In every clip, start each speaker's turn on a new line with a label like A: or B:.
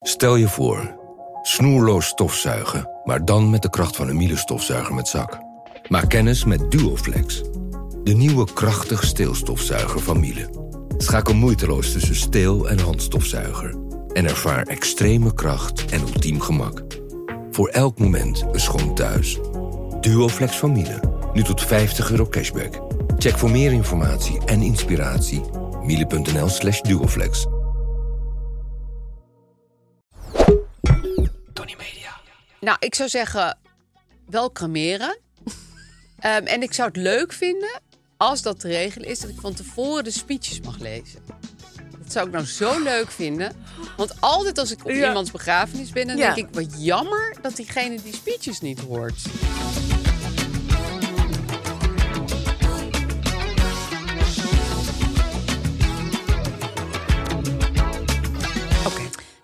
A: Stel je voor, snoerloos stofzuigen, maar dan met de kracht van een Miele stofzuiger met zak. Maak kennis met Duoflex, de nieuwe krachtig steelstofzuiger van Miele. Schakel moeiteloos tussen steel- en handstofzuiger en ervaar extreme kracht en ultiem gemak. Voor elk moment een schoon thuis. Duoflex van Miele, nu tot 50 euro cashback. Check voor meer informatie en inspiratie miele.nl slash duoflex.
B: Nou, ik zou zeggen, wel cremeren. Ehm, en ik zou het leuk vinden, als dat te regelen is, dat ik van tevoren de speeches mag lezen. Dat zou ik nou zo leuk vinden. Want altijd als ik op
C: Ja.
B: iemands begrafenis ben, dan
C: Ja.
B: denk ik, wat jammer dat diegene die speeches niet hoort.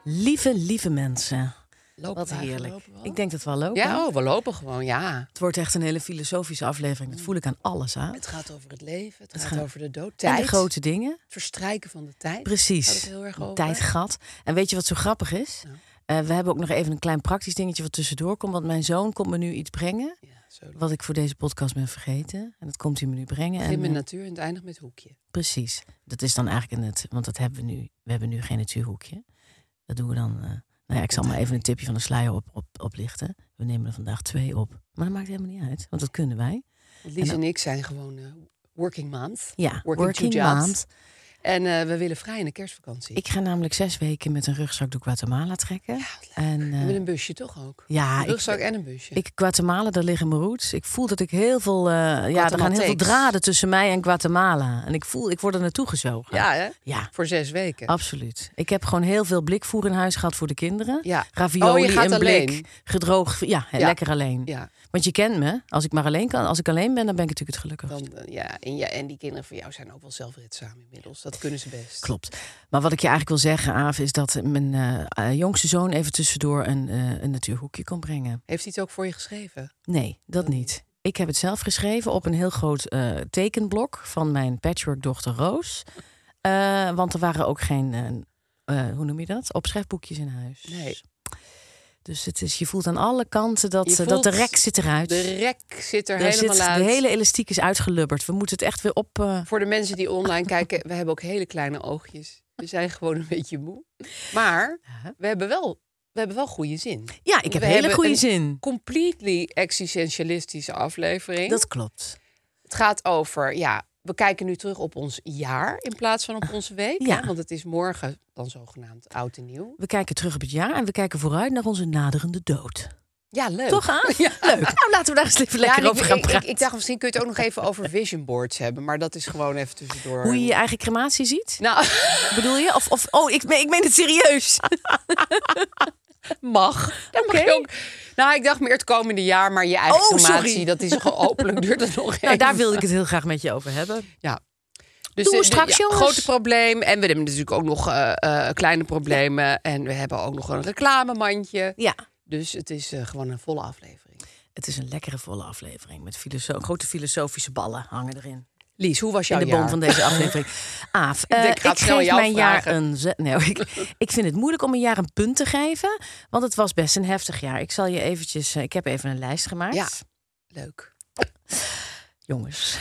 C: Lieve, lieve mensen.
B: Lopen
C: Wat
B: wij
C: heerlijk.
B: gelopen wel?
C: Ik denk dat we al lopen.
B: Ja, oh, we lopen gewoon, ja.
C: Het wordt echt een hele filosofische aflevering. Dat voel ik aan alles aan.
B: Het gaat over het leven, het, gaat, over de dood.
C: En
B: Tijd,
C: de grote dingen.
B: het verstrijken van de tijd. Gaat
C: Precies.
B: het heel erg over.
C: Tijdgat. En weet je wat zo grappig is? Eh, we hebben ook nog even een klein praktisch dingetje wat tussendoor komt. Want mijn zoon komt me nu iets brengen.
B: Ja, zo.
C: Wat ik voor deze podcast ben vergeten. En dat komt hij me nu brengen.
B: Begin
C: en,
B: met
C: eh,
B: natuur en het eindigt met hoekje.
C: Precies. Dat is dan eigenlijk een het, want dat hebben we nu. We hebben nu geen natuurhoekje. Dat doen we dan. eh, nou ja, ik zal maar even een tipje van de sluier op, op, oplichten. We nemen er vandaag twee op. Maar dat maakt helemaal niet uit, want dat kunnen wij.
B: Want Lies en ik zijn gewoon eh, working month.
C: Ja,
B: working, two
C: working
B: jobs.
C: maand.
B: En eh, we willen vrij in de kerstvakantie.
C: Ik ga namelijk zes weken met een rugzak door Guatemala trekken. en, eh,
B: Met een busje toch ook?
C: ja,
B: Een
C: ik-
B: rugzak en een busje.
C: Ik, Guatemala, daar liggen mijn roots. Ik voel dat ik heel veel... eh, ja, er gaan heel veel
B: Guatemalteeks.
C: draden tussen mij en Guatemala. En ik voel, ik word er naartoe gezogen.
B: ja, hè?
C: Ja. Oh.
B: Voor zes weken.
C: Absoluut. Ik heb gewoon heel veel blikvoer in huis gehad voor de kinderen.
B: Ja.
C: Ravioli
B: Oh, je gaat
C: in blik,
B: alleen?
C: gedroogd. Ja,
B: Ja.
C: lekker alleen.
B: Ja,
C: Want je kent me. Als ik maar alleen kan, als ik alleen ben, dan ben ik natuurlijk het gelukkigst.
B: dan, eh, ja, en, ja, en die kinderen van jou zijn ook wel zelfredzaam inmiddels. Dat kunnen ze best.
C: Klopt. Maar wat ik je eigenlijk wil zeggen, Aaf, is dat mijn eh, eh, jongste zoon even tussendoor een, eh, een natuurhoekje kon brengen.
B: Heeft hij het ook voor je geschreven?
C: Nee, dat niet. Ik heb het zelf geschreven op een heel groot eh, tekenblok van mijn patchworkdochter Roos. Eh, want er waren ook geen, eh, eh, hoe noem je dat? Opschrijfboekjes in huis.
B: Nee.
C: Dus het is, je voelt aan alle kanten dat,
B: Je
C: eh, dat de
B: voelt
C: rek zit eruit.
B: De rek zit er
C: Er
B: helemaal
C: zit-
B: uit.
C: De hele elastiek is uitgelubberd. We moeten het echt weer op... eh,
B: Voor de mensen die online kijken, we hebben ook hele kleine oogjes. We zijn gewoon een beetje moe. Maar we hebben wel, we hebben wel goede zin.
C: Ja, ik heb
B: We
C: hele
B: hebben
C: goede
B: een
C: zin.
B: Completely existentialistische aflevering.
C: Dat klopt.
B: Het gaat over, ja, we kijken nu terug op ons jaar in plaats van op onze week.
C: Ja.
B: hè, Want het is morgen dan zogenaamd oud en nieuw.
C: We kijken terug op het jaar en we kijken vooruit naar onze naderende dood.
B: Ja, leuk.
C: Toch aan? Leuk. Nou, laten we daar eens even
B: Ja,
C: lekker
B: en ik-
C: over gaan
B: ik, ik-
C: praten.
B: Ik, dacht, misschien kun je het ook nog even over vision boards hebben. Maar dat is gewoon even tussendoor.
C: Hoe je je eigen crematie ziet,
B: Nou,
C: bedoel je? Of, of oh, ik, meen- ik meen het serieus.
B: mag. Dan mag je
C: Oké.
B: ook. Nou, ik dacht meer het komende jaar, maar je eigen
C: Oh, sorry.
B: formatie. Dat is gewoon hopelijk duurt het nog
C: Nou,
B: even.
C: daar wilde ik het heel graag met je over hebben.
B: Ja. Dus
C: Doen we
B: eh,
C: straks, jongens.
B: Grote probleem. En we hebben natuurlijk ook nog eh, eh, kleine problemen. En we hebben ook nog een reclamemandje.
C: Ja.
B: Dus het is eh, gewoon een volle aflevering.
C: Het is een lekkere volle aflevering met filoso- grote filosofische ballen hangen erin.
B: Lies, hoe was jouw
C: in de
B: jaar?
C: bom van deze aflevering. Aaf, eh, ik,
B: denk, Oh, ik ga het snel
C: geef
B: jou
C: mijn jaar
B: vragen.
C: een... ze- Nee, ik, ik vind het moeilijk om een jaar een punt te geven. Want het was best een heftig jaar. Ik zal je eventjes... eh, Ik heb even een lijst gemaakt.
B: Ja. Leuk.
C: Jongens.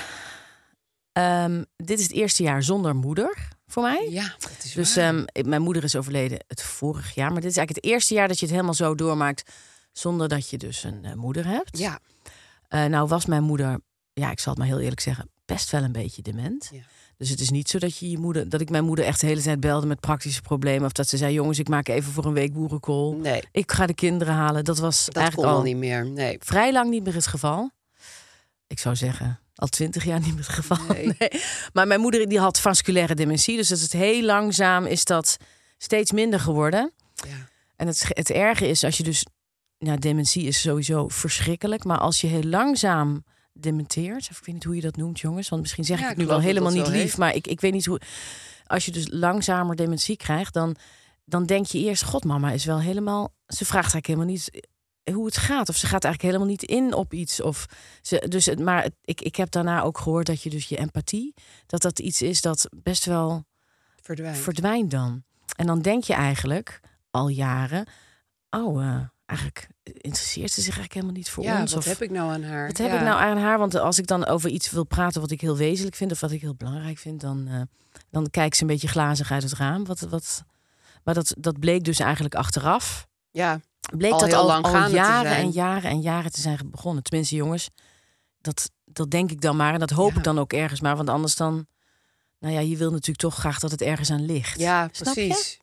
C: Ehm, dit is het eerste jaar zonder moeder voor mij.
B: Ja, dat is
C: Dus
B: waar.
C: ehm, ik- mijn moeder is overleden het vorig jaar. Maar dit is eigenlijk het eerste jaar dat je het helemaal zo doormaakt... zonder dat je dus een eh, moeder hebt.
B: ja.
C: Eh, nou was mijn moeder, ja, ik zal het maar heel eerlijk zeggen, best wel een beetje dement.
B: Ja.
C: Dus het is niet zo dat, je je moeder, dat ik mijn moeder echt de hele tijd belde met praktische problemen. Of dat ze zei, jongens, ik maak even voor een week boerenkool.
B: Nee,
C: Ik ga de kinderen halen. Dat was
B: Mm. dat kon
C: eigenlijk
B: al
C: al
B: niet meer. Nee.
C: vrij lang niet meer het geval. Ik zou zeggen, Al twintig jaar niet meer het geval.
B: Nee.
C: Nee. Maar mijn moeder die had vasculaire dementie. Dus dat is heel langzaam is dat steeds minder geworden.
B: Ja.
C: En het, het erge is als je dus... Nou, dementie is sowieso verschrikkelijk. Maar als je heel langzaam dementeert... Of ik weet niet hoe je dat noemt, jongens. Want misschien zeg
B: Ja,
C: ik
B: ik
C: nu wel
B: geloof dat
C: helemaal
B: dat
C: niet
B: zo
C: lief.
B: heet.
C: Maar ik, ik weet niet hoe... Als je dus langzamer dementie krijgt, dan, dan denk je eerst... God, mama is wel helemaal... Ze vraagt eigenlijk helemaal niet hoe het gaat. Of ze gaat eigenlijk helemaal niet in op iets. Of ze, dus het, maar het- ik, ik heb daarna ook gehoord dat je dus je empathie... dat dat iets is dat best wel
B: Verdwijnt.
C: verdwijnt dan. En dan denk je eigenlijk al jaren, oh, eh, eigenlijk interesseert ze zich eigenlijk helemaal niet voor
B: ja,
C: ons.
B: wat
C: of,
B: heb ik nou aan haar?
C: wat heb
B: Ja.
C: ik nou aan haar? Want als ik dan over iets wil praten wat ik heel wezenlijk vind of wat ik heel belangrijk vind, dan, eh, dan kijkt ze een beetje glazig uit het raam. Wat, wat, maar dat, dat bleek dus eigenlijk achteraf.
B: Ja,
C: Bleek
B: Al
C: dat
B: heel
C: al,
B: lang
C: al
B: gaande te
C: jaren
B: zijn.
C: en jaren en jaren te zijn begonnen. Tenminste, jongens, dat, dat denk ik dan maar. En dat hoop
B: Ja.
C: ik dan ook ergens maar. Want anders dan, nou ja, je wil natuurlijk toch graag dat het ergens aan ligt.
B: ja
C: Snap je?
B: precies.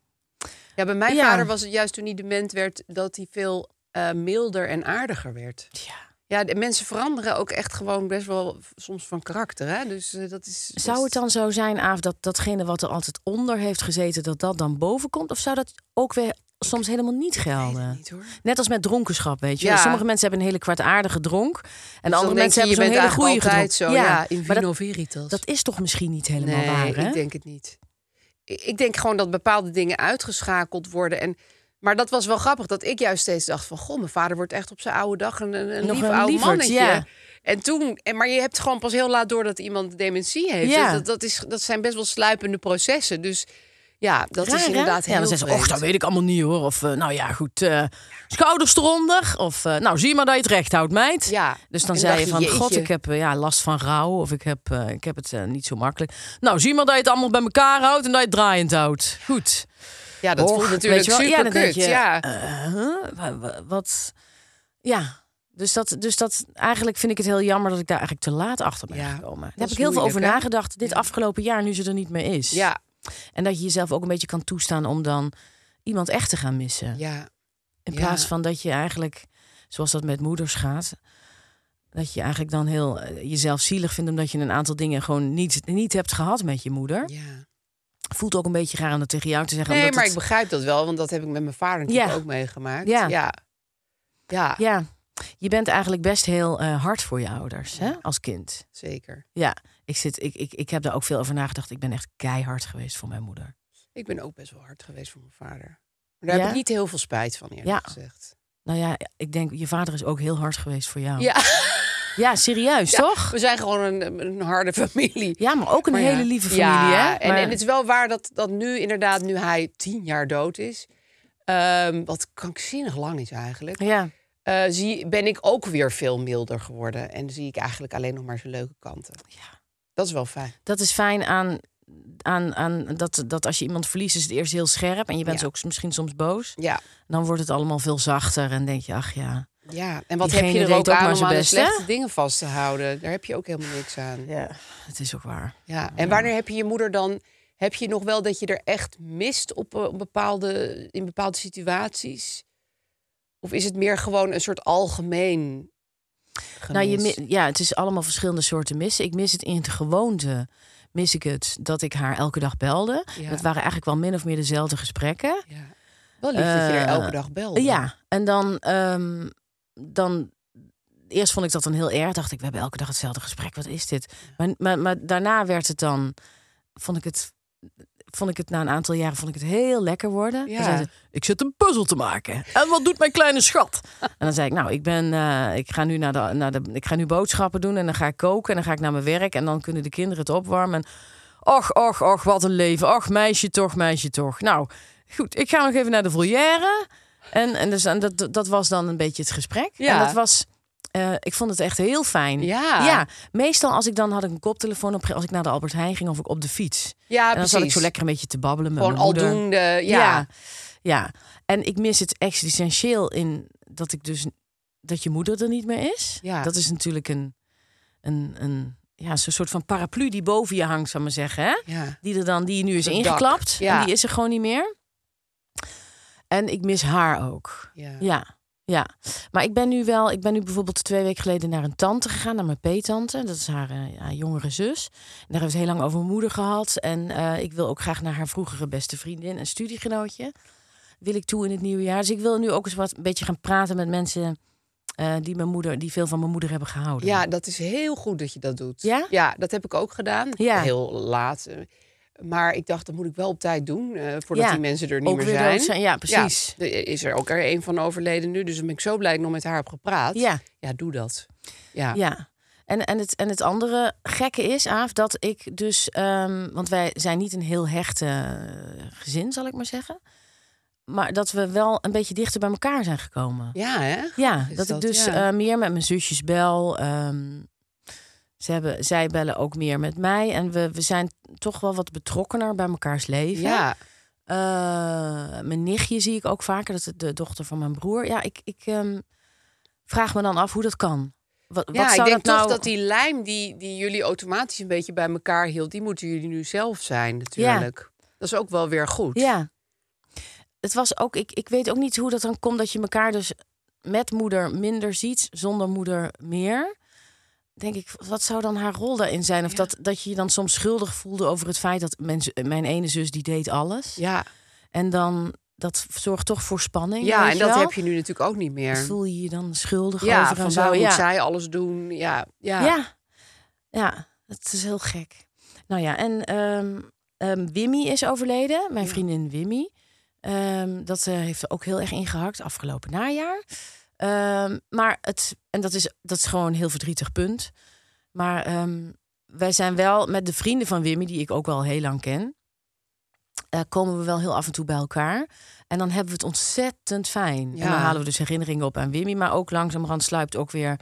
B: Ja, bij mijn
C: Ja.
B: vader was het juist toen hij dement werd... dat hij veel eh, milder en aardiger werd.
C: Ja.
B: Ja, de mensen veranderen ook echt gewoon best wel v- soms van karakter. Hè? Dus eh, dat is. dat
C: Zou
B: is-
C: het dan zo zijn, Aaf, dat datgene wat er altijd onder heeft gezeten, dat dat dan boven komt? Of zou dat ook weer soms helemaal niet
B: Ik weet
C: gelden?
B: het niet hoor.
C: Net als met dronkenschap, weet je.
B: Ja. Dus
C: Sommige mensen hebben een hele kwaadaardige dronk. En
B: dan
C: andere
B: denk
C: mensen
B: je, je
C: hebben zo'n
B: bent
C: hele goede
B: eigenlijk altijd
C: gedronk.
B: zo. Ja, in
C: maar
B: vino
C: dat,
B: veritas.
C: dat is toch misschien niet helemaal
B: nee,
C: waar, hè?
B: ik denk het niet. Ik, ik denk gewoon dat bepaalde dingen uitgeschakeld worden. En, maar dat was wel grappig, dat ik juist steeds dacht van... Goh, mijn vader wordt echt op zijn oude dag een, een, een
C: Nog
B: lief
C: een
B: oud
C: lieverd,
B: mannetje.
C: ja.
B: En toen, en, maar je hebt gewoon pas heel laat door dat iemand dementie heeft.
C: Ja.
B: Dus dat, dat, is, dat zijn best wel sluipende processen. Dus ja, dat
C: Raar,
B: is
C: hè?
B: inderdaad heel
C: Ja, dan zeggen ze,
B: vreemd.
C: och, dat weet ik allemaal niet, hoor. Of, eh, nou ja, goed, eh, schouders eronder. Of, eh, nou, zie maar dat je het recht houdt, meid.
B: Ja.
C: Dus dan
B: En
C: zei
B: dacht
C: je van,
B: jeetje.
C: god, ik heb eh, ja, last van rouw of ik heb, eh, ik heb het eh, niet zo makkelijk. Nou, zie maar dat je het allemaal bij elkaar houdt en dat je het draaiend houdt. Goed.
B: Ja, dat
C: Och,
B: voelt natuurlijk
C: weet je wel,
B: super
C: ja, dan denk
B: kut.
C: je,
B: ja.
C: eh, huh? Wa- wa- wat? Ja. Dus dat, dus dat, eigenlijk vind ik het heel jammer dat ik daar eigenlijk te laat achter ben
B: Ja,
C: gekomen. Daar
B: dat
C: heb
B: is
C: ik heel veel over
B: moeilijk, hè?
C: nagedacht. Dit
B: Ja.
C: afgelopen jaar, nu ze er niet meer is.
B: ja,
C: En dat je jezelf ook een beetje kan toestaan om dan iemand echt te gaan missen.
B: ja,
C: In
B: Ja.
C: plaats van dat je eigenlijk, zoals dat met moeders gaat, dat je eigenlijk dan heel eh, jezelf zielig vindt omdat je een aantal dingen gewoon niet, niet hebt gehad met je moeder.
B: ja.
C: Voelt ook een beetje raar om dat tegen jou te zeggen.
B: Nee,
C: omdat
B: maar
C: het-
B: ik begrijp dat wel, want dat heb ik met mijn vader natuurlijk
C: Ja.
B: ook meegemaakt.
C: Ja.
B: ja. Ja,
C: Ja, je bent eigenlijk best heel eh, hard voor je ouders hè, als kind.
B: zeker.
C: Ja, ik, zit, ik, ik, ik heb daar ook veel over nagedacht. Ik ben echt keihard geweest voor mijn moeder.
B: Ik ben ook best wel hard geweest voor mijn vader. Maar daar
C: Ja?
B: heb ik niet heel veel spijt van, eerlijk
C: Ja.
B: gezegd.
C: Nou ja, ik denk, je vader is ook heel hard geweest voor jou.
B: Ja,
C: Ja, serieus, toch?
B: we zijn gewoon een, een harde familie.
C: Ja, maar ook een
B: Maar ja.
C: hele lieve familie,
B: Ja,
C: hè?
B: En,
C: Maar-
B: en het is wel waar dat, dat nu inderdaad, nu hij tien jaar dood is... ehm, wat krankzinnig lang is eigenlijk...
C: Ja,
B: eh, zie, ben ik ook weer veel milder geworden. En zie ik eigenlijk alleen nog maar zijn leuke kanten.
C: Ja.
B: Dat is wel fijn.
C: dat is fijn aan, aan, aan dat, dat als je iemand verliest, is het eerst heel scherp. En je bent
B: Ja.
C: ook s- misschien soms boos.
B: Ja,
C: Dan wordt het allemaal veel zachter en denk je, ach ja.
B: ja. en wat
C: Diegene
B: heb je
C: deed ook
B: er ook
C: maar
B: aan om
C: zijn
B: aan de
C: best, hè?
B: slechte dingen vast te houden? Daar heb je ook helemaal niks aan.
C: ja. Het is ook waar.
B: Ja, en wanneer heb je je moeder dan... Heb je nog wel dat je er echt mist op, eh, op bepaalde, in bepaalde situaties? Of is het meer gewoon een soort algemeen
C: Nou, je,
B: gemis?
C: mi- ja, het is allemaal verschillende soorten missen. Ik mis het in de gewoonte. Mis ik het dat ik haar elke dag belde.
B: Ja.
C: Dat waren eigenlijk wel min of meer dezelfde gesprekken.
B: Ja. Wel lief dat je er
C: Eh,
B: elke dag belde.
C: Ja, en dan, ehm, dan. Eerst vond ik dat dan heel erg. Dacht ik, we hebben elke dag hetzelfde gesprek. Wat is dit? Maar, maar, maar daarna werd het dan. Vond ik het. Vond ik het na een aantal jaren vond ik het heel lekker worden. Dan
B: Ja.
C: zei ze, ik zit een puzzel te maken. En wat doet mijn kleine schat? En dan zei ik, nou, ik ben, eh, ik ga nu naar de, naar de, ik ga nu boodschappen doen en dan ga ik koken en dan ga ik naar mijn werk en dan kunnen de kinderen het opwarmen. En, och, och, och, wat een leven. Och, meisje toch, meisje toch. Nou, goed, ik ga nog even naar de volière. En, en, dus, en dat, dat was dan een beetje het gesprek.
B: Ja.
C: En dat was, eh, ik vond het echt heel fijn.
B: Ja.
C: meestal als ik dan had ik een koptelefoon op, als ik naar de Albert Heijn ging of ik op de fiets.
B: ja
C: en dan zat ik
B: Ah, precies.
C: zo lekker een beetje te babbelen met
B: Gewoon
C: mijn moeder.
B: aldoende. Ja.
C: Ja. ja. En ik mis het existentieel in dat ik dus dat je moeder er niet meer is.
B: Ja.
C: Dat is natuurlijk een, een, een ja, zo'n soort van paraplu die boven je hangt, zou ik maar zeggen. Hè?
B: Ja.
C: Die er dan, die nu is
B: Een dak,
C: ingeklapt.
B: ja.
C: En die is er gewoon niet meer. En ik mis haar ook.
B: Ja.
C: Ja. Ja, maar ik ben nu wel, ik ben nu bijvoorbeeld twee weken geleden naar een tante gegaan, naar mijn peetante. Dat is haar, eh, haar jongere zus. En daar hebben we het heel lang over mijn moeder gehad. En eh, ik wil ook graag naar haar vroegere beste vriendin en studiegenootje. Wil ik toe in het nieuwe jaar. Dus ik wil nu ook eens wat een beetje gaan praten met mensen eh, die mijn moeder, die veel van mijn moeder hebben gehouden.
B: Ja, dat is heel goed dat je dat doet.
C: Ja?
B: dat heb ik ook gedaan.
C: Ja.
B: Heel laat. eh, Maar ik dacht, dat moet ik wel op tijd doen, eh, voordat
C: Ja.
B: die mensen er niet
C: Ook
B: meer
C: weer
B: zijn.
C: dood zijn, ja, precies.
B: Ja, er is er ook er een van overleden nu, dus dan ben ik zo blij dat ik nog met haar heb gepraat.
C: Ja.
B: Ja, doe dat. Ja.
C: Ja. En, en, het, en het andere gekke is, Aaf, dat ik dus... ehm, want wij zijn niet een heel hechte eh, gezin, zal ik maar zeggen. Maar dat we wel een beetje dichter bij elkaar zijn gekomen.
B: Ja, hè?
C: Ja,
B: is
C: dat,
B: dat,
C: ik dus
B: ja.
C: eh, meer met mijn zusjes bel. ehm, ze hebben, zij bellen ook meer met mij. En we, we zijn toch wel wat betrokkener bij mekaars leven.
B: Ja,
C: Eh, mijn nichtje zie ik ook vaker. Dat is de dochter van mijn broer. Ja, ik, ik ehm, vraag me dan af hoe dat kan. Wat,
B: ja
C: wat
B: ik
C: zou
B: denk
C: dat nou...
B: toch dat die lijm die, die jullie automatisch een beetje bij elkaar hield, die moeten jullie nu zelf zijn natuurlijk. Dat is ook wel weer goed.
C: Ja. Het was ook, ik, ik weet ook niet hoe dat dan komt dat je elkaar dus met moeder minder ziet, zonder moeder meer. Denk ik, wat zou dan haar rol daarin zijn? Of dat, dat je je dan soms schuldig voelde over het feit dat mijn, z- mijn ene zus die deed alles.
B: Ja,
C: En dan, dat zorgt toch voor spanning.
B: ja
C: weet
B: en dat
C: wel?
B: heb je nu natuurlijk ook niet meer.
C: Voel je je dan schuldig
B: Ja,
C: over en
B: van
C: zo.
B: waar moet
C: ja.
B: zij alles doen? Ja, ja.
C: Ja. ja, het is heel gek. Nou ja, en ehm ehm, Wimmy is overleden, mijn vriendin Wimmy. Ehm, dat eh, heeft er ook heel erg ingehakt afgelopen najaar. Ehm, maar het, en dat is, dat is gewoon een heel verdrietig punt. Maar ehm, wij zijn wel met de vrienden van Wimmy, die ik ook al heel lang ken, eh, komen we wel heel af en toe bij elkaar. En dan hebben we het ontzettend fijn.
B: Ja.
C: En dan halen we dus herinneringen op aan Wimmy. Maar ook langzamerhand sluipt ook weer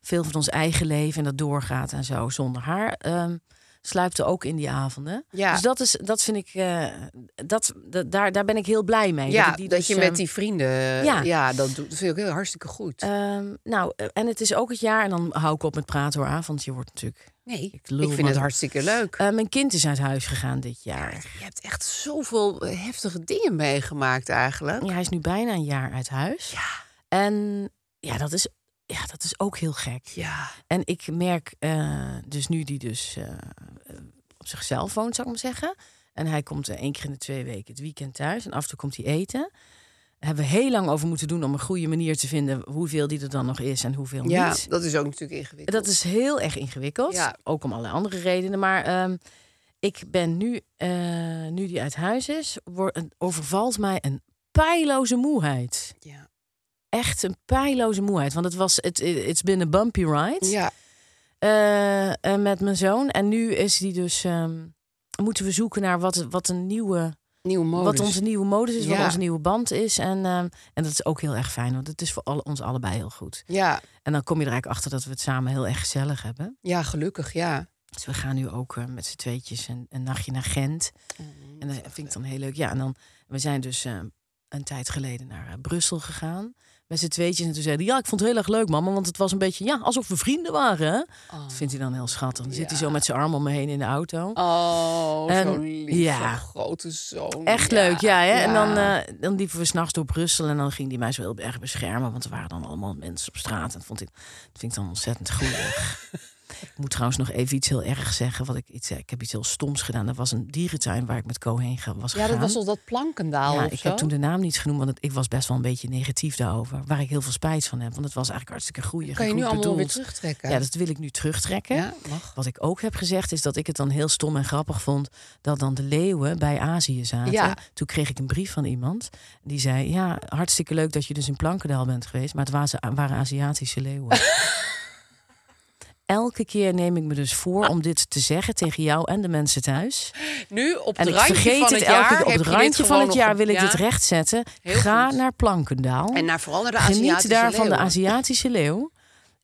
C: veel van ons eigen leven en dat doorgaat en zo zonder haar. ehm sluipte ook in die avonden.
B: Ja.
C: Dus dat is, dat vind ik, eh, dat, dat- daar, daar ben ik heel blij mee.
B: Ja,
C: ik die
B: dat
C: dus,
B: je
C: ehm,
B: met die vrienden. Ja,
C: ja.
B: dat, doet, dat vind ik ook heel hartstikke goed.
C: ehm, nou, eh, en het is ook het jaar, en dan hou ik op met praten hoor, Aaf, want je wordt natuurlijk.
B: nee, ik,
C: lul
B: vind
C: maar.
B: het hartstikke leuk.
C: Eh, mijn kind is uit huis gegaan dit jaar.
B: je hebt echt zoveel eh, heftige dingen meegemaakt eigenlijk.
C: Ja, hij is nu bijna een jaar uit huis. En ja, dat is, ja, dat is ook heel gek.
B: Ja,
C: En ik merk eh, dus nu die dus eh, eh, op zichzelf woont, zou ik maar zeggen. En hij komt eh, één keer in de twee weken het weekend thuis. En af en toe komt hij eten. Daar hebben we heel lang over moeten doen om een goede manier te vinden... hoeveel die er dan nog is en hoeveel
B: ja
C: niet.
B: dat is ook natuurlijk ingewikkeld.
C: Dat is heel erg ingewikkeld.
B: Ja.
C: Ook om allerlei andere redenen. Maar ehm, ik ben nu, eh, nu die uit huis is, wor- overvalt mij een pijloze moeheid.
B: ja.
C: Echt een pijloze moeheid. Want het was, het eh, it's been a bumpy ride
B: Ja,
C: eh, eh, met mijn zoon. En nu is die dus. ehm, moeten we zoeken naar wat, wat een nieuwe.
B: nieuwe modus.
C: Wat onze nieuwe modus is,
B: Ja.
C: wat onze nieuwe band is. En, ehm, en dat is ook heel erg fijn, want het is voor alle- ons allebei heel goed.
B: Ja,
C: En dan kom je er eigenlijk achter dat we het samen heel erg gezellig hebben.
B: ja, gelukkig, ja.
C: Dus we gaan nu ook eh, met z'n tweetjes een, een nachtje naar Gent. en dat vind ik dan heel leuk. Ja, en dan, we zijn dus eh, een tijd geleden naar eh, Brussel gegaan. Met z'n tweetjes. En toen zeiden ja, ik vond het heel erg leuk, mama. Want het was een beetje, ja, alsof we vrienden waren. hè? Dat vindt hij dan heel schattig. Dan zit hij zo met zijn arm om me heen in de auto.
B: Oh,
C: En-
B: zo'n lief,
C: ja.
B: zo'n grote zoon.
C: Echt leuk, ja. Hè? En dan, eh, dan liepen we s'nachts door Brussel en dan ging die mij zo heel erg beschermen. Want er waren dan allemaal mensen op straat. En dat vond ik, dat vind ik dan ontzettend goed. ik moet trouwens nog even iets heel erg zeggen. Wat ik, iets, eh, ik heb iets heel stoms gedaan. Er was een dierentuin waar ik met Co heen ge- was
B: ja, dat
C: gegaan.
B: was al dat plankendaal
C: Ja,
B: of
C: ik
B: zo.
C: heb toen de naam niet genoemd, want het- ik was best wel een beetje negatief daarover. Waar ik heel veel spijt van heb, want het was eigenlijk hartstikke goeie.
B: kan je nu
C: goed
B: allemaal weer
C: bedoeld.
B: terugtrekken?
C: Ja, dus dat wil ik nu terugtrekken.
B: Ja, mag.
C: Wat ik ook heb gezegd is dat ik het dan heel stom en grappig vond dat dan de leeuwen bij Azië zaten.
B: Ja.
C: Toen kreeg ik een brief van iemand die zei: Ja, hartstikke leuk dat je dus in Plankendaal bent geweest, maar het waren, waren Aziatische leeuwen. Elke keer neem ik me dus voor om dit te zeggen tegen jou en de mensen thuis.
B: Nu op
C: En ik
B: het randje
C: vergeet
B: van
C: het
B: het
C: elke
B: jaar.
C: keer. Op
B: heb
C: het
B: je dit
C: randje van
B: gewoon
C: het
B: nog
C: jaar
B: op-
C: wil ik
B: ja.
C: dit rechtzetten.
B: Heel
C: Ga
B: goed.
C: naar Plankendaal.
B: En naar vooral naar de
C: Geniet
B: Aziatische
C: daar van de
B: leeuwen.
C: Aziatische leeuw.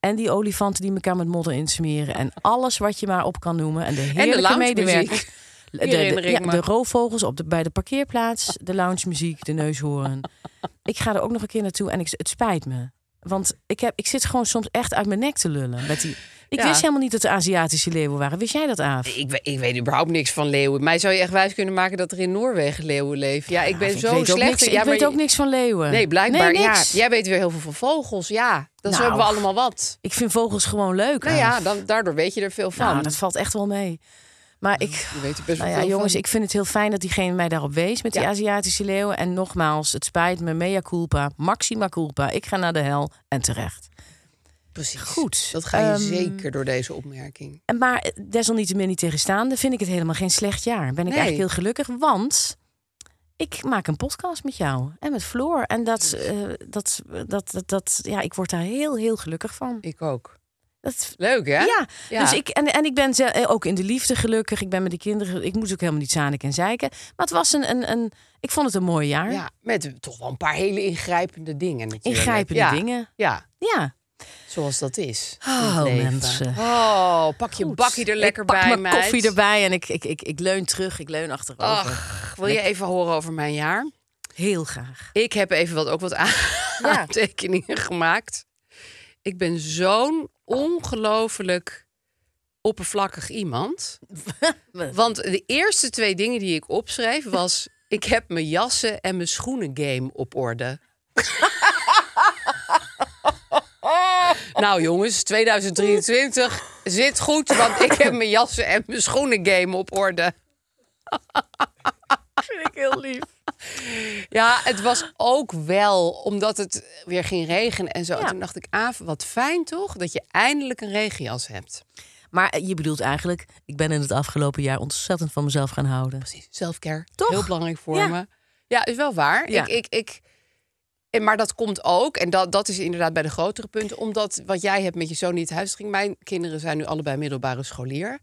C: En die olifanten die elkaar met modder insmeren. En alles wat je maar op kan noemen. En de heerlijke
B: loungemuziek.
C: medewerkers. De, de,
B: herinner ik
C: ja,
B: me.
C: de roofvogels op de, bij de parkeerplaats. De loungemuziek, de neushoorn. Ik ga er ook nog een keer naartoe en ik, het spijt me. Want ik, heb, ik zit gewoon soms echt uit mijn nek te lullen. Met die, Ik
B: Ja.
C: wist helemaal niet dat er Aziatische leeuwen waren. Wist jij dat, Aaf?
B: Ik, we- ik weet überhaupt niks van leeuwen. Mij zou je echt wijs kunnen maken dat er in Noorwegen leeuwen leven. Ja, ik ben
C: Aaf,
B: zo
C: weet ook
B: slecht.
C: niks-
B: in-
C: Ik
B: ja, maar
C: weet
B: je-
C: ook niks van leeuwen.
B: Nee, blijkbaar.
C: Nee,
B: ja,
C: niks.
B: jij weet weer heel veel van vogels. Ja, dat zo
C: Nou.
B: hebben we allemaal wat.
C: Ik vind vogels gewoon leuk.
B: Nou ja,
C: Aaf.
B: dan, daardoor weet je er veel van.
C: Nou, dat valt echt wel mee. Maar ik,
B: Je weet er best wel
C: nou ja,
B: veel
C: jongens,
B: van.
C: ik vind het heel fijn dat diegene mij daarop wees met die
B: Ja.
C: Aziatische leeuwen. En nogmaals, het spijt me, mea culpa, maxima culpa. Ik ga naar de hel en terecht.
B: Precies.
C: Goed.
B: Dat ga je
C: Ehm,
B: zeker door deze opmerking.
C: En Maar eh, desalniettemin niet tegenstaande vind ik het helemaal geen slecht jaar. Ben ik
B: Nee.
C: eigenlijk heel gelukkig, want ik maak een podcast met jou en met Floor. En dat, eh, dat, dat, dat, dat, ja, ik word daar heel, heel gelukkig van.
B: Ik ook.
C: Dat,
B: Leuk, hè?
C: ja.
B: Ja.
C: Dus ik, en, en ik ben ze- eh, ook in de liefde gelukkig. Ik ben met de kinderen. gelu- Ik moest ook helemaal niet zanik en zeiken. Maar het was een, een, een ik vond het een mooi jaar.
B: Ja, met toch wel een paar hele ingrijpende dingen natuurlijk.
C: Ingrijpende
B: Ja,
C: dingen.
B: Ja,
C: Ja.
B: zoals dat is. in
C: Oh,
B: het leven.
C: mensen.
B: Oh, pak je bakkie er lekker
C: ik pak
B: bij,
C: mijn
B: meid.
C: koffie erbij en ik, ik, ik, ik leun terug. Ik leun achterover.
B: Ach, wil je even horen over mijn jaar?
C: Heel graag.
B: Ik heb even wat, ook wat a-
C: Ja.
B: aantekeningen gemaakt. Ik ben zo'n ongelooflijk oppervlakkig iemand. Want de eerste twee dingen die ik opschreef was... ik heb mijn jassen en mijn schoenen game op orde. nou jongens, 2023 zit goed, want ik heb mijn jassen en mijn schoenen game op orde.
C: vind ik heel lief.
B: Ja, het was ook wel omdat het weer ging regenen en zo.
C: Ja.
B: Toen dacht ik, Aaf, wat fijn toch dat je eindelijk een regenjas hebt.
C: Maar eh, je bedoelt eigenlijk, ik ben in het afgelopen jaar ontzettend van mezelf gaan houden.
B: Precies, selfcare.
C: Toch?
B: Heel belangrijk voor
C: Ja.
B: me. Ja, is wel waar.
C: Ja.
B: Ik, ik, ik, en maar dat komt ook, en dat, dat is inderdaad bij de grotere punten, omdat wat jij hebt met je zoon niet huis ging. Mijn kinderen zijn nu allebei middelbare scholier.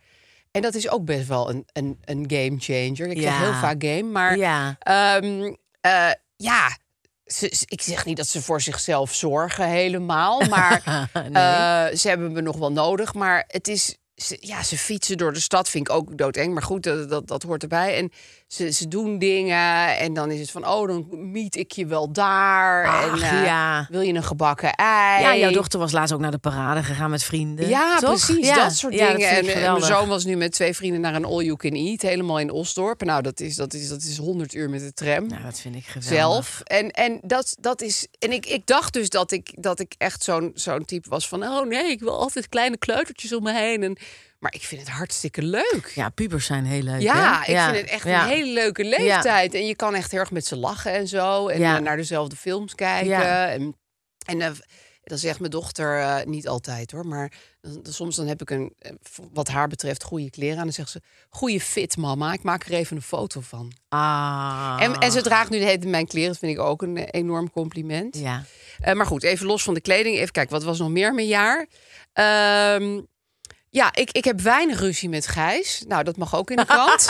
B: En dat is ook best wel een, een, een game changer. Ik zeg
C: Ja.
B: heel vaak game, maar
C: Ja.
B: Ehm, eh, ja, ze- ze- ik zeg niet dat ze voor zichzelf zorgen helemaal. Maar
C: Ah, Nee.
B: eh, ze hebben me nog wel nodig. Maar het is. Ze, ja, ze fietsen door de stad, vind ik ook doodeng. Maar goed, dat, dat, dat hoort erbij. En ze, ze doen dingen. En dan is het van, oh, dan meet ik je wel daar. en,
C: Ach,
B: eh,
C: ja.
B: Wil je een gebakken ei?
C: ja, jouw dochter was laatst ook naar de parade gegaan met vrienden.
B: Ja,
C: toch?
B: precies.
C: Ja.
B: Dat soort
C: Ja,
B: dingen.
C: vind
B: en,
C: ik
B: eh, mijn
C: geweldig.
B: zoon was nu met twee vrienden naar een all you can eat. Helemaal in Osdorp. Nou, dat is, dat is, dat is 100 uur met de tram
C: Nou, dat vind ik geweldig.
B: zelf. En, en dat, dat is. En ik, ik dacht dus dat ik, dat ik echt zo'n zo'n type was van. Oh nee, ik wil altijd kleine kleutertjes om me heen. En, maar ik vind het hartstikke leuk.
C: Ja, pubers zijn heel leuk.
B: Ja,
C: hè?
B: ik vind het echt
C: ja.
B: een hele leuke leeftijd. En je kan echt heel erg met ze lachen en zo. En
C: Ja.
B: eh, naar dezelfde films kijken.
C: Ja.
B: En, en eh, dan zegt mijn dochter, eh, niet altijd hoor, maar dan- dan- soms dan heb ik een, eh, voor wat haar betreft, goede kleren aan. Dan zegt ze, goede fit mama, ik maak er even een foto van.
C: Ah.
B: En, en ze draagt nu de hele tijd mijn kleren. Dat vind ik ook een eh, enorm compliment.
C: Ja.
B: Eh, maar goed, even los van de kleding. Even kijken, wat was nog meer mijn jaar? Ehm, ja, ik, ik heb weinig ruzie met Gijs. Nou, dat mag ook in de krant.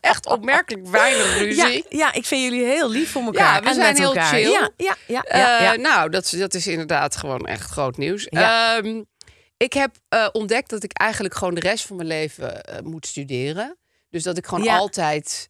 B: Echt opmerkelijk weinig
C: Ja,
B: ruzie.
C: ja, ik vind jullie heel lief voor elkaar.
B: we
C: en
B: zijn
C: met
B: heel
C: elkaar.
B: chill.
C: Ja, ja, ja. ja,
B: Eh,
C: ja.
B: Nou, dat, dat is inderdaad gewoon echt groot nieuws.
C: Ja.
B: Ehm, ik heb eh, ontdekt dat ik eigenlijk gewoon de rest van mijn leven eh, moet studeren. Dus dat ik gewoon
C: Ja.
B: altijd...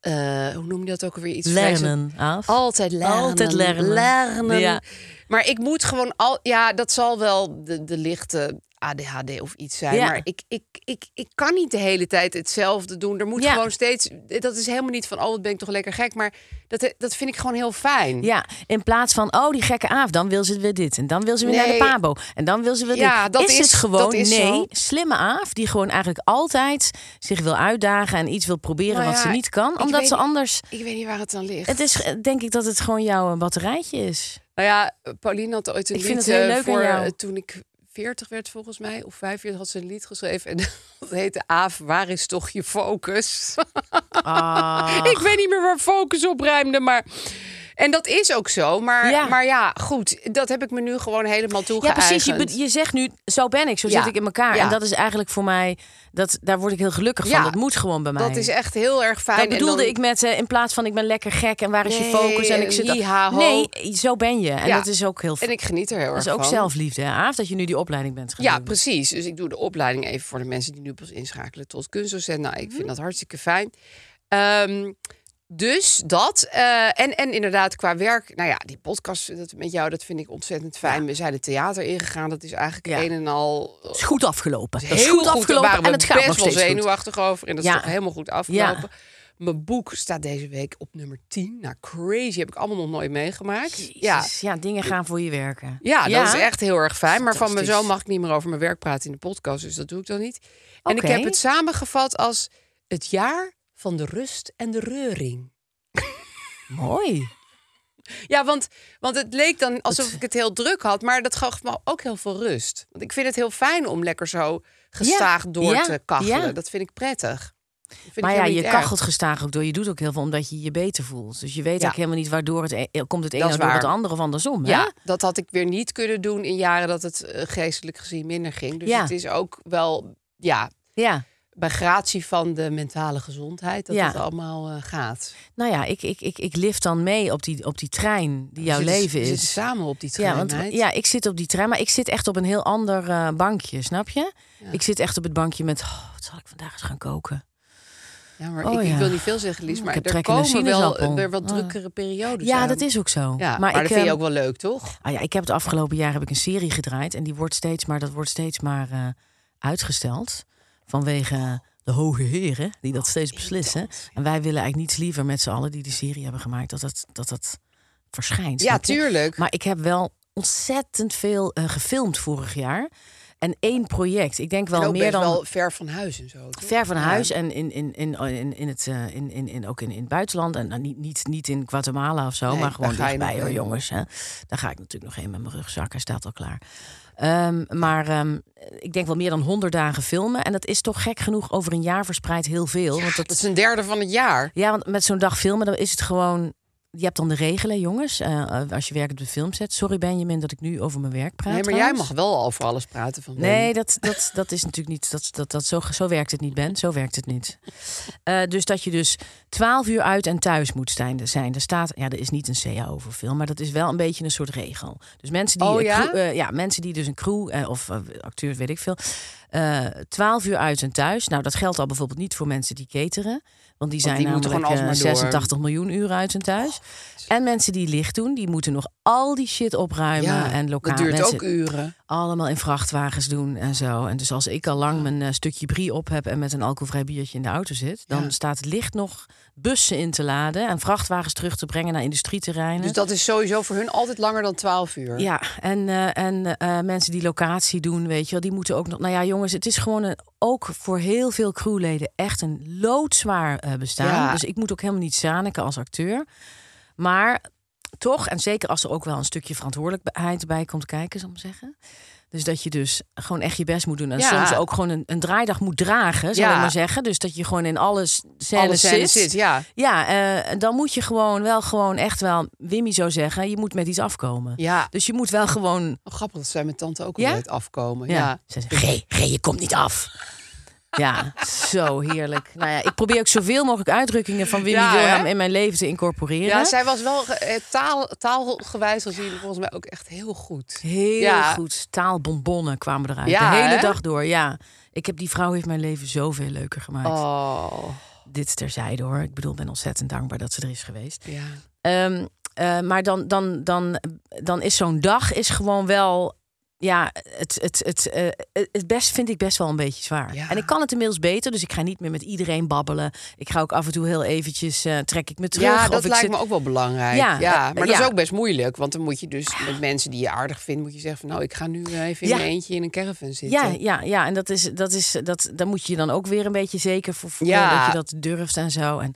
B: eh, hoe noem je dat ook alweer? Iets vreselijks-
C: Lernen af.
B: Altijd leren.
C: Altijd leren.
B: Leren.
C: Ja.
B: Maar ik moet gewoon al. Ja, dat zal wel de, de lichte ADHD of iets zijn.
C: Ja.
B: Maar ik, ik, ik, ik kan niet de hele tijd hetzelfde doen. Er moet
C: Ja.
B: gewoon steeds. Dat is helemaal niet van. Oh, wat ben ik toch lekker gek. Maar dat, dat vind ik gewoon heel fijn.
C: Ja, in plaats van, oh, die gekke Aaf, dan wil ze weer dit. En dan wil ze weer naar
B: Nee.
C: de Pabo. En dan wil ze weer
B: Ja,
C: dit.
B: dat
C: is,
B: is-
C: het gewoon,
B: dat is
C: nee,
B: zo.
C: slimme Aaf, die gewoon eigenlijk altijd zich wil uitdagen en iets wil proberen
B: Nou
C: wat
B: ja,
C: ze niet kan.
B: ik
C: Omdat
B: weet
C: ze
B: niet-
C: anders...
B: Ik weet niet waar het dan ligt.
C: Het is, eh, denk ik, dat het gewoon jouw eh, batterijtje is.
B: Nou ja, Pauline had ooit een
C: Ik
B: lied
C: vind het heel
B: eh,
C: leuk aan
B: voor
C: jou.
B: eh, toen ik 40 werd volgens mij of 45 had ze een lied geschreven en dat heette Aaf, waar is toch je focus?
C: Ah.
B: ik weet niet meer waar focus op ruimde, maar en dat is ook zo, maar
C: Ja.
B: ja, maar ja, goed, dat heb ik me nu gewoon helemaal
C: Ja,
B: toegeëigend.
C: precies. Je, be- je zegt nu, zo ben ik, zo
B: Ja,
C: zit ik in elkaar.
B: ja.
C: En dat is eigenlijk voor mij, dat, daar word ik heel gelukkig van.
B: Ja,
C: Dat moet gewoon bij mij.
B: Dat is echt heel erg fijn.
C: Dat
B: En
C: bedoelde
B: dan-
C: ik met eh, in plaats van ik ben lekker gek en waar is je
B: Nee,
C: focus en ik
B: en
C: zit al-
B: hi-ha-ho.
C: Nee, zo ben je en
B: Ja.
C: dat is ook heel
B: en ik geniet er heel
C: dat
B: erg
C: is
B: van.
C: ook zelfliefde, hè, Aaf, dat je nu die opleiding bent gaan
B: Ja,
C: doen.
B: precies. Dus ik doe de opleiding even
C: Mhm.
B: voor de mensen die nu pas inschakelen tot kunstdocent. Nou, ik vind dat hartstikke fijn. Ehm, Dus dat. eh, en, en inderdaad, qua werk, nou ja, die podcast dat, met jou, dat vind ik ontzettend fijn. We zijn het theater ingegaan. Dat is eigenlijk
C: Ja.
B: een en al.
C: Het is goed afgelopen.
B: is
C: Het is goed
B: daar
C: afgelopen
B: waren we
C: en het gaat
B: best
C: nog steeds
B: wel
C: goed.
B: zenuwachtig over. En dat
C: Ja.
B: is toch helemaal goed afgelopen. Mijn boek staat deze week op nummer 10. Nou, crazy. Heb ik allemaal nog nooit meegemaakt. Ja.
C: Jezus, ja, dingen gaan voor je werken.
B: Ja, dat is echt heel erg fijn. Maar van mijn
C: Fantastisch.
B: zoon mag ik niet meer over mijn werk praten in de podcast. Dus dat doe ik dan niet. En
C: Oké.
B: ik heb het samengevat als het jaar van de rust en de reuring.
C: mooi.
B: Ja, want, want het leek dan alsof ik het heel druk had, maar dat gaf me ook heel veel rust. Want ik vind het heel fijn om lekker zo gestaag
C: Ja,
B: door
C: ja,
B: te kachelen.
C: ja.
B: Dat vind ik prettig. Dat vind ik
C: Maar ja,
B: helemaal
C: je
B: niet erg.
C: kachelt gestaag ook door. Je doet ook heel veel omdat je je beter voelt. Dus je weet
B: Ja.
C: ook helemaal niet waardoor het een- komt het een
B: Dat is
C: nou door het
B: waar.
C: andere of andersom. hè?
B: Ja, dat had ik weer niet kunnen doen in jaren dat het eh, geestelijk gezien minder ging. Dus
C: Ja.
B: het is ook wel, ja,
C: ja.
B: bij gratie van de mentale gezondheid, dat
C: Ja.
B: het allemaal eh, gaat.
C: Nou ja, ik, ik, ik, ik lift dan mee op die, op die trein die jouw
B: We zitten-
C: leven
B: we
C: is.
B: zitten samen op die
C: Ja, want
B: treinheid.
C: ja, ik zit op die trein, maar ik zit echt op een heel ander eh, bankje, snap je? Ik zit echt op het bankje met, oh, wat zal ik vandaag eens gaan
B: Oh,
C: koken?
B: Ja, maar
C: Oh
B: ik,
C: ja.
B: ik wil niet veel zeggen, Lies,
C: Oh,
B: maar
C: ik heb
B: er
C: trek in een
B: komen wel
C: sinaasappel.
B: eh, weer wat
C: Ah.
B: drukkere periodes
C: ja,
B: aan.
C: dat is ook zo.
B: dus Ja, maar, ehm,
C: ik,
B: dat vind je
C: eh,
B: ook wel leuk, toch?
C: Ah ja, ik heb het afgelopen jaar heb ik een serie gedraaid en die wordt steeds maar, dat wordt steeds maar eh, uitgesteld vanwege de hoge heren die
B: Oh,
C: dat steeds beslissen. En wij willen eigenlijk niets liever met z'n allen die die serie hebben gemaakt dat dat, dat, dat verschijnt.
B: Ja,
C: snap je?
B: tuurlijk.
C: Maar ik heb wel ontzettend veel eh, gefilmd vorig jaar. En één project. Ik denk wel
B: En ook
C: meer
B: best
C: dan
B: wel ver van huis en zo. toch?
C: ver van
B: Ja.
C: huis en in, in, in, in, in het, eh, in, in, in, ook in, in het buitenland. En nou, niet, niet, niet in Guatemala of zo,
B: Nee,
C: maar
B: daar
C: gewoon
B: ga je
C: dichtbij
B: nog
C: hoor,
B: heen.
C: jongens. Hè. Daar ga ik natuurlijk nog heen met mijn rugzak. Hij staat al klaar. Ehm, maar ehm, ik denk wel meer dan 100 dagen filmen. En dat is toch gek genoeg over een jaar verspreid heel veel. want dat,
B: Dat is een derde van het jaar.
C: ja, want met zo'n dag filmen, dan is het gewoon... Je hebt dan de regelen, jongens, eh, eh, als je werkt op de filmset. Sorry Benjamin dat ik nu over mijn werk praat.
B: Nee, maar jij
C: trouwens.
B: mag wel over alles praten van
C: Nee, dat, dat, dat is natuurlijk niet. Dat, dat, dat, zo, zo werkt het niet, Ben. Zo werkt het niet. Eh, dus dat je dus 12 uur uit en thuis moet zijn. zijn. Er staat, ja, er is niet een CAO voor film, maar dat is wel een beetje een soort regel. Dus mensen die,
B: Oh,
C: een
B: ja?
C: crew- eh, ja, mensen die dus een crew eh, of eh, acteurs, weet ik veel, eh 12 uur uit en thuis. Nou, dat geldt al bijvoorbeeld niet voor mensen die cateren. Want die zijn
B: die moeten
C: namelijk
B: gewoon
C: eh,
B: alsmaar door.
C: 86 miljoen uur uit en thuis. en mensen die licht doen, die moeten nog al die shit opruimen. en lokaal
B: dat duurt
C: mensen,
B: ook uren.
C: allemaal in vrachtwagens doen en zo. En dus als ik al lang mijn eh, stukje brie op heb en met een alcoholvrij biertje in de auto zit, dan
B: Ja.
C: staat het licht nog bussen in te laden en vrachtwagens terug te brengen naar industrieterreinen.
B: Dus dat is sowieso voor hun altijd langer dan 12 uur.
C: Ja, en, eh, en eh, mensen die locatie doen, weet je wel, die moeten ook nog. Nou ja, jongens, het is gewoon een, ook voor heel veel crewleden echt een loodzwaar eh, bestaan.
B: Ja.
C: Dus ik moet ook helemaal niet zaniken als acteur. Maar toch, en zeker als er ook wel een stukje verantwoordelijkheid bij komt kijken, zal ik maar zeggen. Dus dat je dus gewoon echt je best moet doen. En
B: Ja.
C: soms ook gewoon een, een draaidag moet dragen, zal
B: Ja.
C: ik maar zeggen. Dus dat je gewoon in alles
B: Alle
C: scènes
B: scènes
C: zit.
B: zit. ja.
C: Ja, eh, dan moet je gewoon wel gewoon echt wel, Wimmy zou zeggen, je moet met iets afkomen.
B: Ja.
C: Dus je moet wel gewoon.
B: Oh, grappig dat zij met tante ook
C: Ja?
B: altijd afkomen. Ja.
C: Ja. Ze zegt, G, G, je komt niet af. Ja, zo heerlijk. Nou ja, ik probeer ook zoveel mogelijk uitdrukkingen van Wimmy
B: Ja, hè?
C: Wilhelm in mijn leven te incorporeren.
B: Ja, zij was wel eh, taal, taalgewijs was jullie volgens mij ook echt heel goed.
C: Heel
B: Ja.
C: goed. Taalbonbonnen kwamen eruit.
B: Ja,
C: de hele
B: hè?
C: dag door, ja. Ik heb, die vrouw heeft mijn leven zoveel leuker gemaakt.
B: Oh,
C: Dit terzijde hoor. Ik bedoel, ik ben ontzettend dankbaar dat ze er is geweest.
B: ja.
C: Ehm, eh, maar dan, dan, dan, dan is zo'n dag is gewoon wel. Ja, het, het, het, eh, het best vind ik best wel een beetje zwaar.
B: Ja.
C: En ik kan het inmiddels beter, dus ik ga niet meer met iedereen babbelen. Ik ga ook af en toe heel eventjes, eh, trek ik me terug.
B: ja, dat
C: of ik
B: lijkt
C: zit-
B: me ook wel belangrijk.
C: Ja,
B: Ja,
C: eh,
B: maar dat
C: ja. Ah.
B: is ook best moeilijk. Want dan moet je dus met mensen die je aardig vindt, moet je zeggen van nou, ik ga nu eh, even in
C: Ja.
B: mijn eentje in een caravan zitten.
C: Ja, ja, ja, en dat is, dat is, dat, daar moet je je dan ook weer een beetje zeker voor voelen
B: Ja.
C: dat je dat durft en zo. En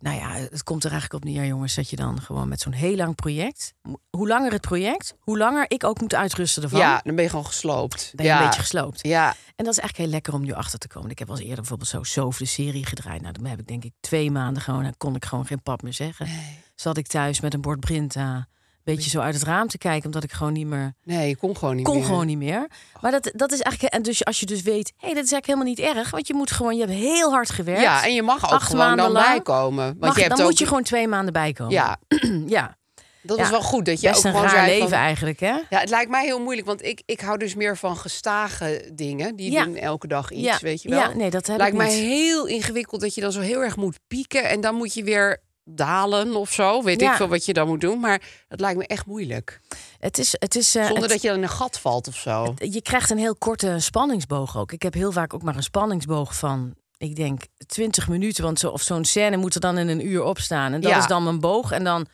C: nou ja, het komt er eigenlijk op neer, jongens, dat je dan gewoon met zo'n heel lang project, hoe langer het project, hoe langer ik ook moet uitrusten ervan,
B: Ja, dan ben je gewoon gesloopt.
C: ben je
B: ja.
C: een beetje gesloopt.
B: Ja,
C: En dat is eigenlijk heel lekker om nu achter te komen. Ik heb al eens eerder bijvoorbeeld zo Sof de serie gedraaid. Nou, dan heb ik denk ik twee maanden gewoon, dan kon ik gewoon geen pap meer zeggen. Zat ik thuis met een bord Brinta, een beetje zo uit het raam te kijken, omdat ik gewoon niet meer
B: nee, je kon gewoon niet
C: kon
B: meer.
C: gewoon niet meer. Maar dat, dat is eigenlijk. En dus als je dus weet, hé, hey, dat is eigenlijk helemaal niet erg. Want je moet gewoon, je hebt heel hard gewerkt.
B: Ja, en je mag ook
C: Acht
B: gewoon
C: maanden
B: dan
C: lang.
B: bijkomen. Want
C: Mag-
B: je hebt
C: dan
B: ook,
C: moet je gewoon twee maanden bijkomen. Hm,
B: Ja,
C: ja.
B: dat
C: Ja.
B: is wel goed. Dat je
C: Best
B: ook
C: een
B: gewoon
C: raar
B: zei
C: leven
B: van-
C: eigenlijk, hè?
B: Ja, het lijkt mij heel moeilijk, want ik, ik hou dus meer van gestage dingen. Die
C: Ja.
B: doen elke dag iets,
C: Ja.
B: weet je wel.
C: Ja, nee, dat heb
B: lijkt
C: ik
B: mij
C: niet.
B: heel ingewikkeld dat je dan zo heel erg moet pieken. En dan moet je weer dalen of zo. Weet
C: Ja.
B: ik veel wat je dan moet doen. Maar het lijkt me echt moeilijk.
C: Het is, het is, eh,
B: Zonder
C: het-
B: dat je dan in een gat valt of zo.
C: je krijgt een heel korte spanningsboog ook. Ik heb heel vaak ook maar een spanningsboog van, ik denk, 20 minuten. Want zo, of zo'n scène moet er dan in een uur opstaan. En dat
B: Ja.
C: is dan mijn boog. En dan,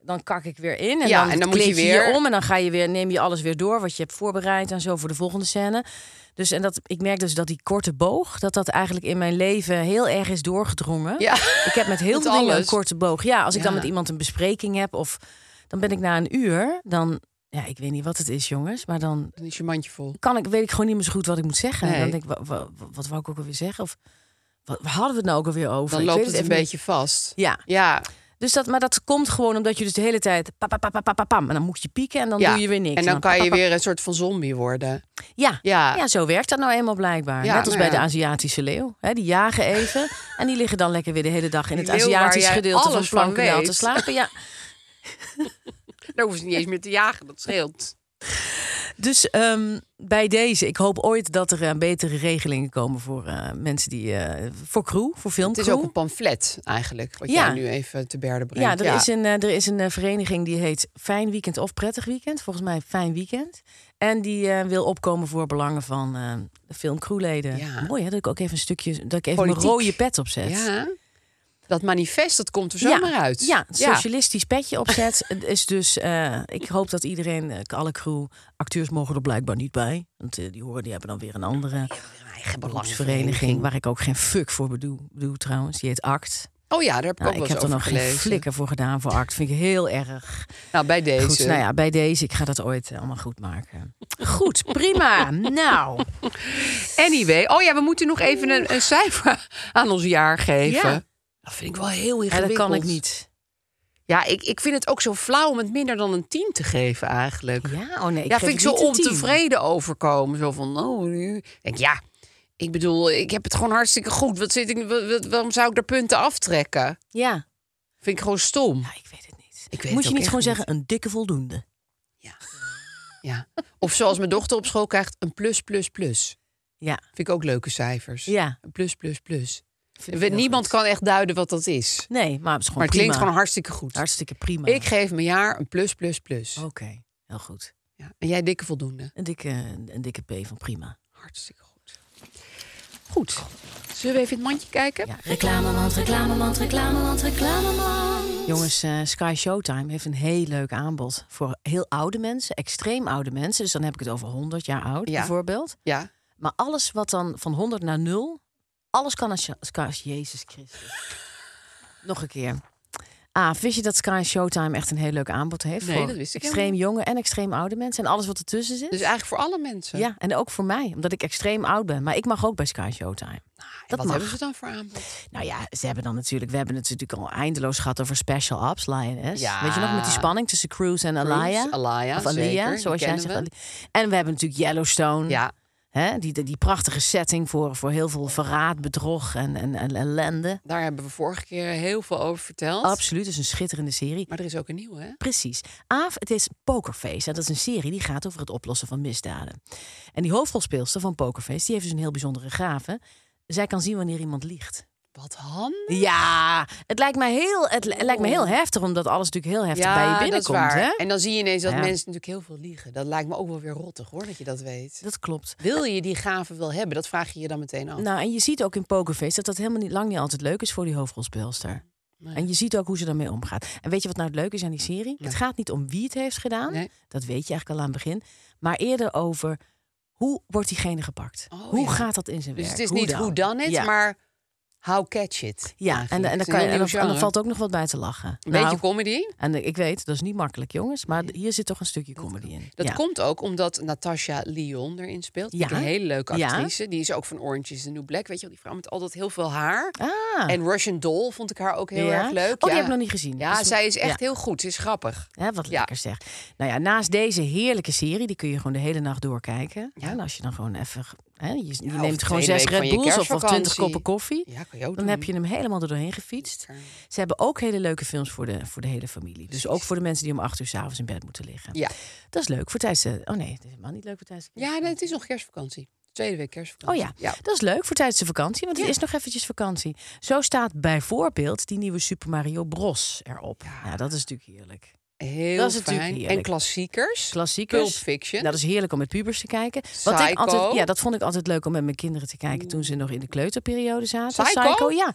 C: dan kak ik weer in. En
B: Ja,
C: dan,
B: en dan moet
C: kleed
B: je
C: je je
B: weer-
C: om. En dan ga je weer, neem je alles weer door wat je hebt voorbereid en zo voor de volgende scène. Dus en dat, ik merk dus dat die korte boog, dat dat eigenlijk in mijn leven heel erg is doorgedrongen.
B: Ja.
C: Ik heb met heel
B: Met
C: veel dingen een
B: alles.
C: korte boog. Ja, als ik dan
B: Ja.
C: met iemand een bespreking heb of dan ben ik na een uur, dan, ja, ik weet niet wat het is, jongens, maar dan
B: Dan is je mandje vol.
C: kan ik, weet ik gewoon niet meer zo goed wat ik moet zeggen.
B: Nee.
C: Dan denk ik, wa- wa- wa- wat wou ik ook alweer zeggen? Of wat, waar hadden we het nou ook alweer over?
B: Dan
C: Ik
B: loopt
C: weet
B: het een
C: even niet.
B: beetje vast.
C: Ja,
B: Ja,
C: dus dat, maar dat komt gewoon omdat je dus de hele tijd... Pa, pa, pa, pa, pa, pa, pam, en dan moet je pieken en dan
B: ja.
C: doe je weer niks.
B: En dan
C: pa,
B: kan
C: pa,
B: je
C: pa.
B: weer een soort van zombie worden.
C: Ja.
B: Ja,
C: ja, zo werkt dat nou eenmaal blijkbaar.
B: Ja,
C: Net als
B: nou
C: bij de
B: ja.
C: Aziatische leeuw. Hè, die jagen even en die liggen dan lekker weer de hele dag... in
B: Die
C: het
B: leeuw waar
C: Aziatisch
B: jij
C: gedeelte van
B: alles van
C: Plankendaal te
B: weet.
C: slapen. Ja.
B: daar hoeven ze niet eens meer te jagen. Dat scheelt.
C: Dus ehm, bij deze, ik hoop ooit dat er eh, betere regelingen komen voor eh, mensen die... eh, voor crew, voor
B: Het
C: filmcrew.
B: is ook een pamflet eigenlijk. Wat
C: Ja.
B: jij nu even te berden brengt.
C: Ja, er, Is een, eh, er is een eh, vereniging die heet Fijn Weekend of Prettig Weekend. Volgens mij Fijn Weekend. En die eh, wil opkomen voor belangen van eh, de filmcrewleden.
B: Ja.
C: Mooi hè, dat ik ook even een stukje, dat ik even
B: Politiek.
C: mijn rode pet opzet.
B: Ja. Dat manifest, dat komt er
C: Ja,
B: zomaar uit.
C: Ja, het socialistisch petje opzet. Het is dus, eh, ik hoop dat iedereen, eh, alle crew, acteurs mogen er blijkbaar niet bij. Want eh, die horen, die hebben dan weer een andere
B: Een
C: beroepsvereniging.
B: eigen belangenvereniging.
C: Waar ik ook geen fuck voor bedoel, bedoe trouwens. Die heet ACT.
B: Oh ja, daar heb ik
C: Nou,
B: ook
C: ik
B: wel eens
C: heb er
B: over
C: nog geen
B: gelezen.
C: flikker voor gedaan voor ACT. Vind ik heel erg.
B: Nou, bij deze.
C: Goed, nou ja, bij deze, ik ga dat ooit eh, allemaal goed maken. Goed, prima. Nou,
B: Anyway, oh ja, we moeten nog even een, een cijfer aan ons jaar geven.
C: Ja.
B: Dat vind ik wel heel
C: ja,
B: ingewikkeld.
C: dat kan ik niet.
B: Ja, ik, ik vind het ook zo flauw om het minder dan een 10 te geven eigenlijk.
C: Ja, oh nee, ik
B: ja,
C: geef
B: vind ik zo
C: het niet een
B: ontevreden overkomen. Zo van, oh, nu. Ik Denk, ja, ik bedoel, ik heb het gewoon hartstikke goed. Wat zit ik, wa- wa- waarom zou ik daar punten aftrekken?
C: 10. Ja.
B: Vind ik gewoon stom.
C: ja, ik weet het niet.
B: Ik weet
C: Moet
B: het
C: je
B: ook
C: niet gewoon
B: echt
C: zeggen, een dikke voldoende.
B: Ja. Of zoals mijn dochter op school krijgt, een plus, plus, plus.
C: Ja,
B: Vind ik ook leuke cijfers.
C: ja.
B: Een plus, plus, plus.
C: vind ik
B: We-
C: heel
B: niemand
C: goed.
B: kan echt duiden wat dat is.
C: Nee, maar het is gewoon
B: maar het klinkt
C: prima.
B: gewoon hartstikke goed.
C: hartstikke prima. Oh.
B: Ik geef mijn jaar een plus, plus, plus.
C: Oké, heel goed.
B: Ja. En jij dikke voldoende.
C: Een dikke, een dikke P van prima.
B: Hartstikke goed. Goed. Zullen we even in het mandje kijken?
C: Ja. Jongens, eh, Sky Showtime heeft een heel leuk aanbod voor heel oude mensen, extreem oude mensen. Dus dan heb ik het over 100 jaar oud
B: Ja.
C: bijvoorbeeld.
B: Ja.
C: Maar alles wat dan van 100 naar 0, alles kan als, je- als, als Jezus Christus. Nog een keer. Ah, vind je dat Sky Showtime echt een heel leuk aanbod heeft?
B: Nee,
C: voor
B: dat wist ik
C: Extreem jonge en extreem oude mensen en alles wat ertussen zit?
B: Dus eigenlijk voor alle mensen.
C: ja, en ook voor mij, omdat ik extreem oud ben. Maar ik mag ook bij Sky Showtime.
B: En
C: dat
B: wat
C: mag.
B: hebben ze dan voor aanbod?
C: Nou ja, ze hebben dan natuurlijk, we hebben het natuurlijk al eindeloos gehad over special ups, Lioness.
B: Ja.
C: Weet je nog, met die spanning tussen Cruise en Alaya.
B: Cruise, Alaya,
C: of Alia,
B: zeker, die
C: zoals jij
B: kennen
C: zegt.
B: we.
C: Ali- En we hebben natuurlijk Yellowstone.
B: Ja.
C: Hè, die, die prachtige setting voor, voor heel veel verraad, bedrog en, en, en ellende.
B: Daar hebben we vorige keer heel veel over verteld.
C: Absoluut, het is een schitterende serie.
B: Maar er is ook een nieuwe, hè?
C: Precies. Aaf, het is Pokerface. En dat is een serie die gaat over het oplossen van misdaden. En die hoofdrolspeelster van Pokerface, die heeft dus een heel bijzondere gave. Zij kan zien wanneer iemand liegt.
B: Wat Han?
C: Ja, het lijkt mij heel, het li- lijkt me heel heftig, omdat alles natuurlijk heel heftig bij je
B: dat is
C: binnenkomt.
B: waar.
C: Hè?
B: En dan zie je ineens dat
C: Ja.
B: mensen natuurlijk heel veel liegen. Dat lijkt me ook wel weer rottig, hoor, dat je dat weet.
C: Dat klopt.
B: Wil je die gave wel hebben? Dat vraag je je dan meteen af.
C: Nou, en je ziet ook in Pokerface dat dat helemaal niet, lang niet altijd leuk is voor die hoofdrolspeelster. En je ziet ook hoe ze daarmee omgaat. En weet je wat nou het leuke is aan die serie? Het gaat niet om wie het heeft gedaan.
B: Nee.
C: Dat weet je eigenlijk al aan het begin. Maar eerder over hoe wordt diegene gepakt?
B: Oh,
C: hoe
B: ja.
C: gaat dat in zijn
B: Dus
C: werk?
B: het is niet hoe dan het,
C: Ja.
B: maar how catch it.
C: Ja, en,
B: eigenlijk.
C: en,
B: Het
C: dan
B: is
C: kan,
B: een
C: je- en,
B: heel
C: dan,
B: nieuw
C: en dan
B: genre.
C: valt ook nog wat bij te lachen.
B: Een
C: Nou,
B: beetje comedy.
C: en ik weet, dat is niet makkelijk, jongens. Maar hier zit toch een stukje comedy in.
B: Dat
C: Ja.
B: komt ook omdat Natasha Lyon erin speelt. Die
C: Ja.
B: vind ik een hele leuke
C: Ja.
B: actrice. Die is ook van Orange is the New Black. Weet je wel, die vrouw met altijd heel veel haar.
C: Ah,
B: En Russian Doll vond ik haar ook heel
C: ja?
B: erg leuk.
C: Oh, die
B: ja.
C: heb ik nog niet gezien.
B: Ja,
C: Dus-
B: zij is echt
C: ja.
B: heel goed. Ze is grappig.
C: Hè, wat
B: Ja.
C: lekker zeg. Nou ja, naast deze heerlijke serie, die kun je gewoon de hele nacht doorkijken. Ja. En als je dan gewoon even. Hè, je je
B: of
C: neemt gewoon
B: twee
C: zes
B: weken
C: Red
B: van je
C: Bulls of, of twintig
B: kerstvakantie.
C: koppen koffie.
B: Ja, kan je ook
C: dan
B: doen.
C: heb je hem helemaal er doorheen gefietst.
B: Lekker.
C: Ze hebben ook hele leuke films voor de, voor de hele familie. Dus ook voor de mensen die om acht uur s'avonds in bed moeten liggen.
B: Ja,
C: Dat is leuk voor tijdens de. Oh nee, dat is helemaal niet leuk voor tijdens de.
B: ja nee, het is nog kerstvakantie. Tweede week kerstvakantie.
C: Oh ja. dat is leuk voor tijdens de vakantie, want het is nog eventjes vakantie. Zo staat bijvoorbeeld die nieuwe Super Mario Bros erop. Nou, dat is natuurlijk heerlijk.
B: Heel
C: Dat is natuurlijk
B: fijn.
C: heerlijk.
B: En klassiekers.
C: Klassiekers.
B: Pulp Fiction.
C: Nou, dat is heerlijk om met pubers te kijken. ik
B: Psycho.
C: altijd, ja, dat vond ik altijd leuk om met mijn kinderen te kijken toen ze nog in de kleuterperiode zaten.
B: Psycho?
C: ja.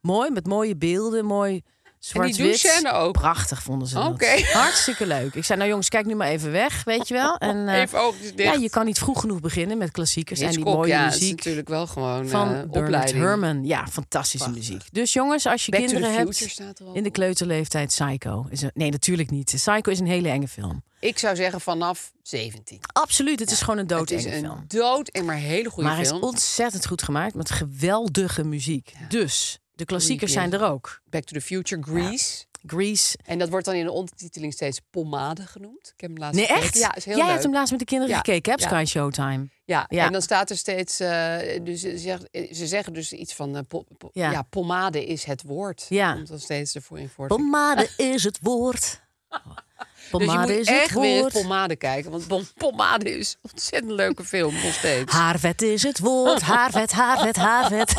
C: Mooi, met mooie beelden, mooi zwart-wit.
B: douchescène ook?
C: Prachtig vonden ze dat.
B: Oké.
C: Hartstikke leuk. Ik zei, nou jongens, kijk nu maar even weg, weet je wel. En, eh,
B: Even oogjes dicht.
C: Ja, je kan niet vroeg genoeg beginnen met klassiekers en die
B: Hitchcock,
C: mooie
B: ja, dat is
C: muziek.
B: natuurlijk wel gewoon
C: Van
B: eh,
C: Bernard
B: opleiding.
C: Herman. Ja, fantastische
B: Prachtig.
C: muziek. Dus jongens, als je
B: Back to the
C: kinderen
B: Future staat
C: hebt
B: er ook
C: in de
B: op.
C: kleuterleeftijd, Psycho. Is een- nee, natuurlijk niet. Psycho is een hele enge film.
B: Ik zou zeggen vanaf 17.
C: Absoluut, het is gewoon een
B: het is
C: doodenge
B: een
C: film.
B: dood en maar hele goede
C: maar hij is
B: film.
C: ontzettend goed gemaakt met geweldige muziek. Dus, de klassiekers
B: Creepy,
C: zijn er ook.
B: Back to the Future, Grease.
C: Grease.
B: En dat wordt dan in de ondertiteling steeds pomade genoemd. Ik heb hem laatst
C: Nee,
B: gekeken.
C: echt?
B: Ja, is heel
C: Jij
B: leuk.
C: hebt hem laatst met de kinderen
B: Ja,
C: gekeken, hè? op
B: ja.
C: Sky Showtime.
B: Ja,
C: Ja.
B: en dan staat er steeds... eh, dus ze, zeggen, ze zeggen dus iets van... eh, po- po-
C: Ja.
B: ja. pomade is het woord.
C: Ja.
B: Komt dan steeds ervoor in voor.
C: Pomade is het woord.
B: Dus je
C: Pomade
B: moet
C: is het
B: echt weer
C: woord.
B: pomade kijken. Want Pom- pomade is een ontzettend leuke film nog steeds.
C: Haarvet is het woord. Haarvet, haarvet, haarvet.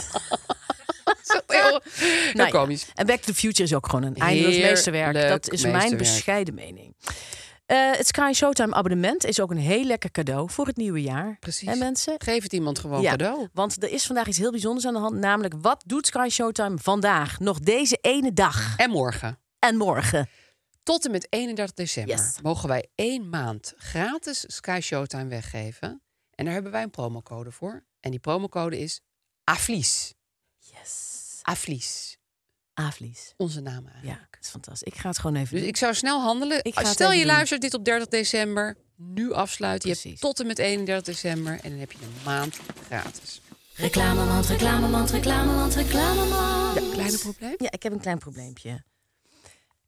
B: Zo heel, heel
C: Nou ja,
B: komisch.
C: En Back to the Future is ook gewoon een eindeloos
B: Heerlijk
C: meesterwerk. Dat is mijn
B: meesterwerk.
C: bescheiden mening. Eh, het Sky Showtime abonnement is ook een heel lekker cadeau voor het nieuwe jaar.
B: Precies.
C: Hè, mensen?
B: Geef het iemand gewoon
C: Ja,
B: cadeau.
C: Want er is vandaag iets heel bijzonders aan de hand. Namelijk, wat doet Sky Showtime vandaag? Nog deze ene dag
B: En morgen.
C: en morgen.
B: Tot en met 31 december
C: Yes.
B: mogen wij één maand gratis Sky Showtime weggeven. En daar hebben wij een promocode voor. En die promocode is AFLIES.
C: Yes.
B: AFLIES.
C: Avlies.
B: Onze naam
C: Ja,
B: eigenlijk.
C: dat is fantastisch. Ik ga het gewoon even
B: Dus
C: doen.
B: ik zou snel handelen.
C: Ik ga het
B: Stel
C: even
B: je
C: doen.
B: luistert dit op 30 december. Nu afsluiten. Je
C: Precies.
B: hebt tot en met 31 december. En dan heb je een maand gratis.
D: Reclamemand, reclamemand, reclamemand, reclamemand.
B: Ja, kleine probleem.
C: Ja, ik heb een klein probleempje.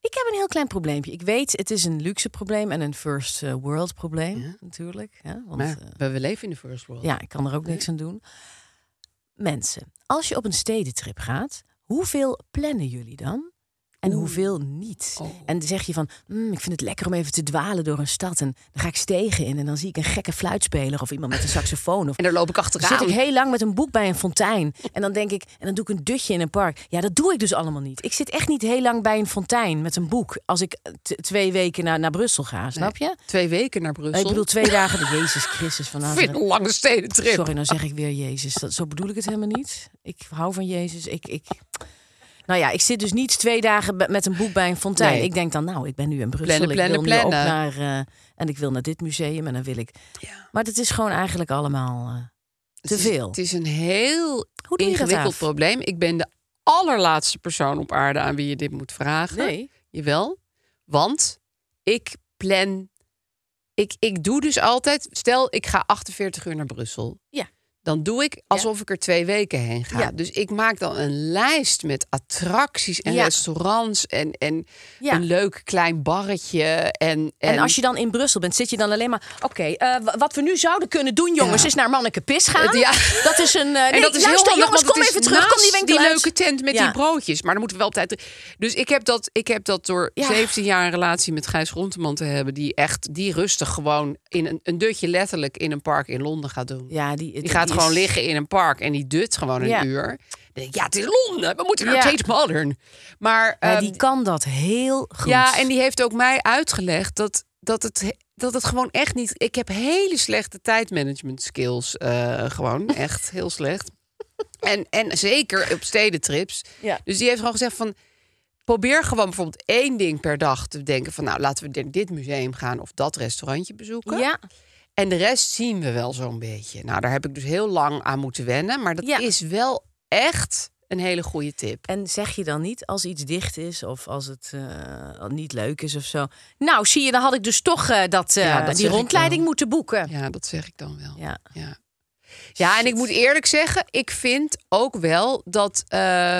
C: Ik heb een heel klein probleempje. Ik weet, het is een luxe probleem en een first eh, world probleem natuurlijk. Hè? Want,
B: Maar
C: eh,
B: we, we leven in de first world.
C: ja, ik kan er ook niks aan doen. Mensen, als je op een stedentrip gaat, hoeveel plannen jullie dan? En hoeveel niet? En zeg je van, "Mm, ik vind het lekker om even te dwalen door een stad. En dan ga ik stegen in en dan zie ik een gekke fluitspeler of iemand met een saxofoon. Of
B: En daar loop ik
C: dan zit
B: achteraan.
C: ik heel lang met een boek bij een fontein. En dan denk ik, en dan doe ik een dutje in een park. Ja, dat doe ik dus allemaal niet. Ik zit echt niet heel lang bij een fontein met een boek. Als ik eh, t- twee weken naar, naar Brussel ga, snap je?
B: Twee weken naar Brussel.
C: Ik bedoel, twee dagen. Jezus Christus van
B: Ik vind
C: Nazareth.
B: een lange stedentrip.
C: Sorry, nou zeg ik weer Jezus. Dat, zo bedoel ik het helemaal niet. Ik hou van Jezus. Ik, ik... Nou ja, ik zit dus niet twee dagen be- met een boek bij een fontein.
B: Nee.
C: Ik denk dan, nou, ik ben nu in Brussel.
B: Plannen,
C: ik
B: plannen,
C: wil nu ook
B: plannen.
C: naar... eh, en ik wil naar dit museum en dan wil ik...
B: Ja.
C: Maar dat is gewoon eigenlijk allemaal eh, te
B: Het is-
C: veel.
B: Het is een heel
C: Hoe doe je dat
B: ingewikkeld
C: af?
B: probleem. Ik ben de allerlaatste persoon op aarde aan wie je dit moet vragen.
C: Nee.
B: Jawel. Want ik plan. Ik, ik doe dus altijd. Stel, ik ga 48 uur naar Brussel.
C: Ja.
B: Dan doe ik alsof ik er twee weken heen ga.
C: Ja.
B: Dus ik maak dan een lijst met attracties en
C: Ja.
B: restaurants. En, en
C: Ja.
B: een leuk klein barretje. En,
C: En, als je dan in Brussel bent, zit je dan alleen maar... Oké, eh, wa- wat we nu zouden kunnen doen, jongens,
B: Ja.
C: is naar Manneke Pis gaan.
B: Ja.
C: Dat is een... eh, nee,
B: en dat is
C: luister,
B: heel handig,
C: jongens,
B: want
C: kom
B: het
C: even
B: is
C: terug, kom
B: naast
C: die
B: die,
C: winkel uit.
B: leuke tent met
C: Ja.
B: die broodjes. Maar dan moeten we wel op tijd... Dus ik heb dat, ik heb dat door
C: Ja.
B: 17 jaar een relatie met Gijs Groenteman te hebben... die echt, die rustig gewoon in een, een dutje letterlijk in een park in Londen gaat doen.
C: Ja, die,
B: Die gaat
C: die
B: gewoon
C: is-
B: liggen in een park en die dut gewoon een
C: Ja.
B: uur. Dan denk ik, ja, het is Londen, we moeten naar
C: Ja.
B: Tate Modern. Maar,
C: Maar
B: ehm,
C: die kan dat heel goed.
B: ja, en die heeft ook mij uitgelegd dat, dat, het, dat het gewoon echt niet. Ik heb hele slechte tijdmanagement skills. eh, gewoon echt heel slecht. En, en zeker op stedentrips.
C: Ja.
B: Dus die heeft gewoon gezegd van. Probeer gewoon bijvoorbeeld één ding per dag te denken van nou laten we naar dit museum gaan of dat restaurantje bezoeken.
C: Ja,
B: En de rest zien we wel zo'n beetje. Nou, daar heb ik dus heel lang aan moeten wennen. Maar dat
C: Ja.
B: is wel echt een hele goede tip.
C: en zeg je dan niet als iets dicht is of als het eh, niet leuk is of zo. Nou, zie je, dan had ik dus toch eh, dat, eh,
B: Ja, dat
C: die
B: zeg ik
C: rondleiding
B: wel.
C: moeten boeken.
B: Ja, dat zeg ik dan wel.
C: Ja.
B: Ja. Ja, en ik moet eerlijk zeggen, ik vind ook wel dat eh,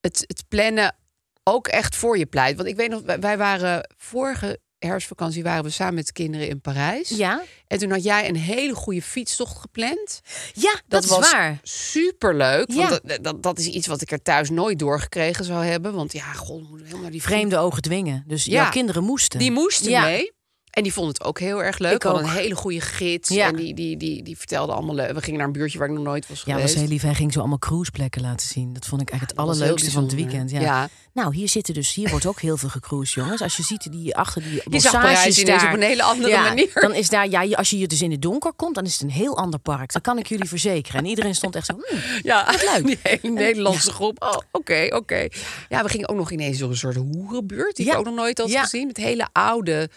B: het, het plannen ook echt voor je pleit. Want ik weet nog, wij- wij waren vorige herfstvakantie waren we samen met de kinderen in Parijs.
C: Ja,
B: En toen had jij een hele goede fietstocht gepland.
C: ja dat, is
B: was
C: waar.
B: superleuk.
C: Ja.
B: Want dat, dat, dat is iets wat ik er thuis nooit doorgekregen zou hebben. Want ja, god, moet helemaal naar die
C: Vreemde ogen dwingen. Dus
B: Ja.
C: jouw kinderen moesten.
B: Die moesten
C: Ja.
B: mee. En die vond het ook heel erg leuk.
C: Ik
B: We hadden
C: ook.
B: een hele goede gids.
C: Ja.
B: En die, die, die, die vertelde allemaal leuk. We gingen naar een buurtje waar ik nog nooit was
C: Ja,
B: geweest.
C: was heel lief. Hij ging zo allemaal cruiseplekken laten zien. Dat vond ik eigenlijk het
B: Dat was heel
C: allerleukste van het
B: bijzonder.
C: weekend. Ja. Nou, hier zitten dus, hier wordt ook heel veel gecruised, jongens. Als je ziet die achter die
B: Je zag Parijs
C: bossages
B: ineens
C: daar.
B: op een hele andere
C: ja,
B: manier.
C: Dan is daar, ja, als je hier dus in het donker komt, dan is het een heel ander park. Dat kan ik jullie verzekeren. En iedereen stond echt zo. hmm.
B: Ja,
C: leuk.
B: die hele Nederlandse groep. Oh, oké, oké. Ja, we gingen ook nog ineens door een soort hoerenbuurt. Die
C: Ja.
B: ik ook nog nooit had
C: Ja.
B: gezien. Met hele oude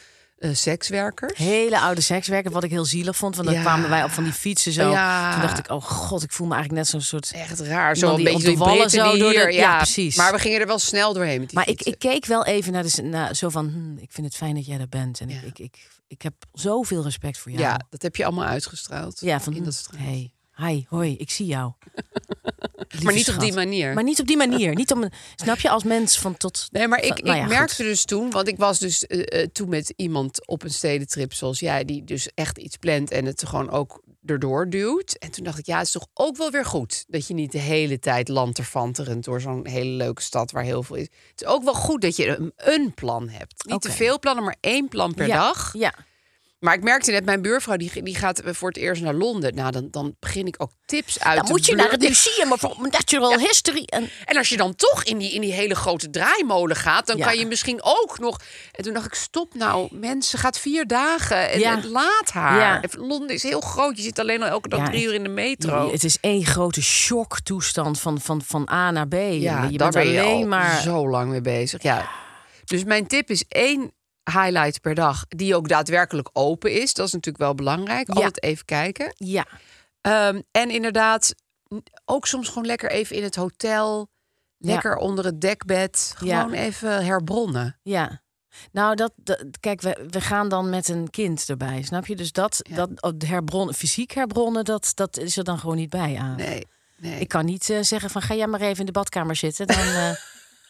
B: eh, sekswerkers.
C: Hele oude sekswerker, wat ik heel zielig vond. Want dan
B: Ja.
C: kwamen wij op van die fietsen zo.
B: Ja.
C: Toen dacht ik, oh god, ik voel me eigenlijk net zo'n soort...
B: Echt raar. Zo
C: Iemand
B: een
C: die
B: beetje
C: op de
B: die
C: wallen
B: Britten
C: zo
B: die
C: door de-
B: hier-
C: ja, precies.
B: Maar we gingen er wel snel doorheen met die
C: Maar ik,
B: fietsen.
C: ik keek wel even naar de... s- Naar, zo van, hmm, ik vind het fijn dat jij daar bent. En
B: Ja.
C: ik, ik, ik, ik heb zoveel respect voor
B: ja.
C: jou.
B: dat heb je allemaal uitgestraald.
C: Ja, van
B: in dat
C: hm,
B: straat.
C: hey, hi, hoi, ik zie jou. Lieve
B: Maar niet op die
C: schat.
B: manier.
C: Maar niet op die manier. Niet om een, snap je, als mens van tot.
B: Nee, maar ik,
C: van- nou ja,
B: ik
C: goed.
B: merkte dus toen, want ik was dus eh, eh, toen met iemand op een stedentrip zoals jij, die dus echt iets plant en het gewoon ook erdoor duwt. En toen dacht ik, ja, het is toch ook wel weer goed dat je niet de hele tijd lanterfanterend door zo'n hele leuke stad waar heel veel is. Het is ook wel goed dat je een, een plan hebt. Niet te
C: Oké.
B: veel plannen, maar één plan per
C: ja,
B: dag.
C: Ja.
B: Maar ik merkte net, mijn buurvrouw die, die gaat voor het eerst naar Londen. Nou, dan, dan begin ik ook tips uit
C: Dan
B: de
C: moet je naar
B: buurt.
C: het museum of op Natural History. En,
B: En als je dan toch in die, in die hele grote draaimolen gaat, dan
C: Ja.
B: kan je misschien ook nog. En toen dacht ik, stop nou, mensen, gaat vier dagen en,
C: Ja.
B: en laat haar.
C: Ja.
B: En Londen is heel groot, je zit alleen al elke dag
C: Ja,
B: drie
C: ik-
B: uur in de metro.
C: Jullie, het is één grote shocktoestand van, van, van A naar B.
B: ja,
C: je
B: daar
C: bent
B: ben je
C: alleen
B: al
C: maar.
B: zo lang mee bezig. Ja. Dus mijn tip is één highlight per dag, die ook daadwerkelijk open is. Dat is natuurlijk wel belangrijk,
C: Ja.
B: altijd even kijken.
C: Ja,
B: Ehm, en inderdaad, n- ook soms gewoon lekker even in het hotel,
C: Ja.
B: lekker onder het dekbed,
C: Ja.
B: gewoon even herbronnen.
C: ja. Nou, dat, dat- kijk, we, we gaan dan met een kind erbij, snap je? Dus dat,
B: Ja.
C: dat oh, de herbron, fysiek herbronnen, dat, dat is er dan gewoon niet bij aan.
B: Nee, nee.
C: Ik kan niet eh, zeggen van ga jij maar even in de badkamer zitten. Dan eh,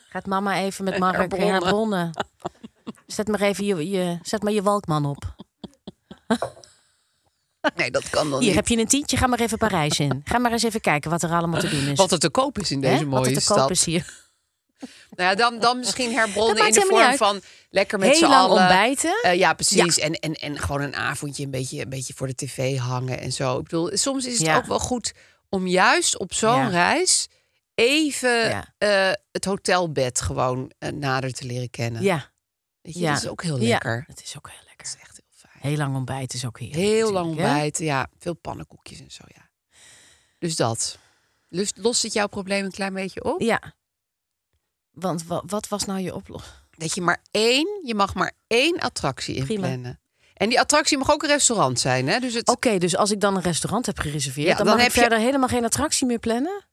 C: gaat mama even met Mark
B: Herbronnen.
C: herbonnen. Zet maar even je, je, zet maar je walkman op.
B: Oh, nee, dat kan dan
C: Hier
B: niet.
C: heb je een tientje, ga maar even Parijs in. Ga maar eens even kijken wat er allemaal te doen is.
B: Wat er te koop is in
C: dus Hè?
B: deze
C: wat
B: mooie
C: er te
B: stad.
C: koop is hier.
B: Nou ja, dan, dan misschien herbronnen
C: Dat maakt
B: in de
C: helemaal
B: vorm
C: niet
B: van lekker met z'n
C: Heel lang
B: allen.
C: ontbijten.
B: Eh, ja, precies. En, en, en gewoon een avondje een beetje, een beetje voor de tv hangen en zo. Ik bedoel, soms is het
C: Ja.
B: ook wel goed om juist op zo'n
C: Ja.
B: reis even
C: Ja.
B: eh, het hotelbed gewoon eh, nader te leren kennen.
C: Ja,
B: Weet je,
C: ja.
B: Dat is ook heel
C: Ja,
B: oh, lekker. Dat
C: Het is ook heel lekker.
B: is echt heel fijn.
C: Heel lang ontbijten is ook heerlijk.
B: Heel lang
C: natuurlijk, hè?
B: ontbijten, ja. Veel pannenkoekjes en zo, ja. Dus dat. Lust, lost het jouw probleem een klein beetje op?
C: Ja. Want wa- wat was nou je oplossing?
B: Dat je maar één, je mag maar één attractie
C: Prima.
B: inplannen. En die attractie mag ook een restaurant zijn, hè? Dus het,
C: Oké, dus als ik dan een restaurant heb gereserveerd,
B: Ja,
C: dan,
B: dan
C: mag
B: heb
C: ik
B: je-
C: verder helemaal geen attractie meer plannen.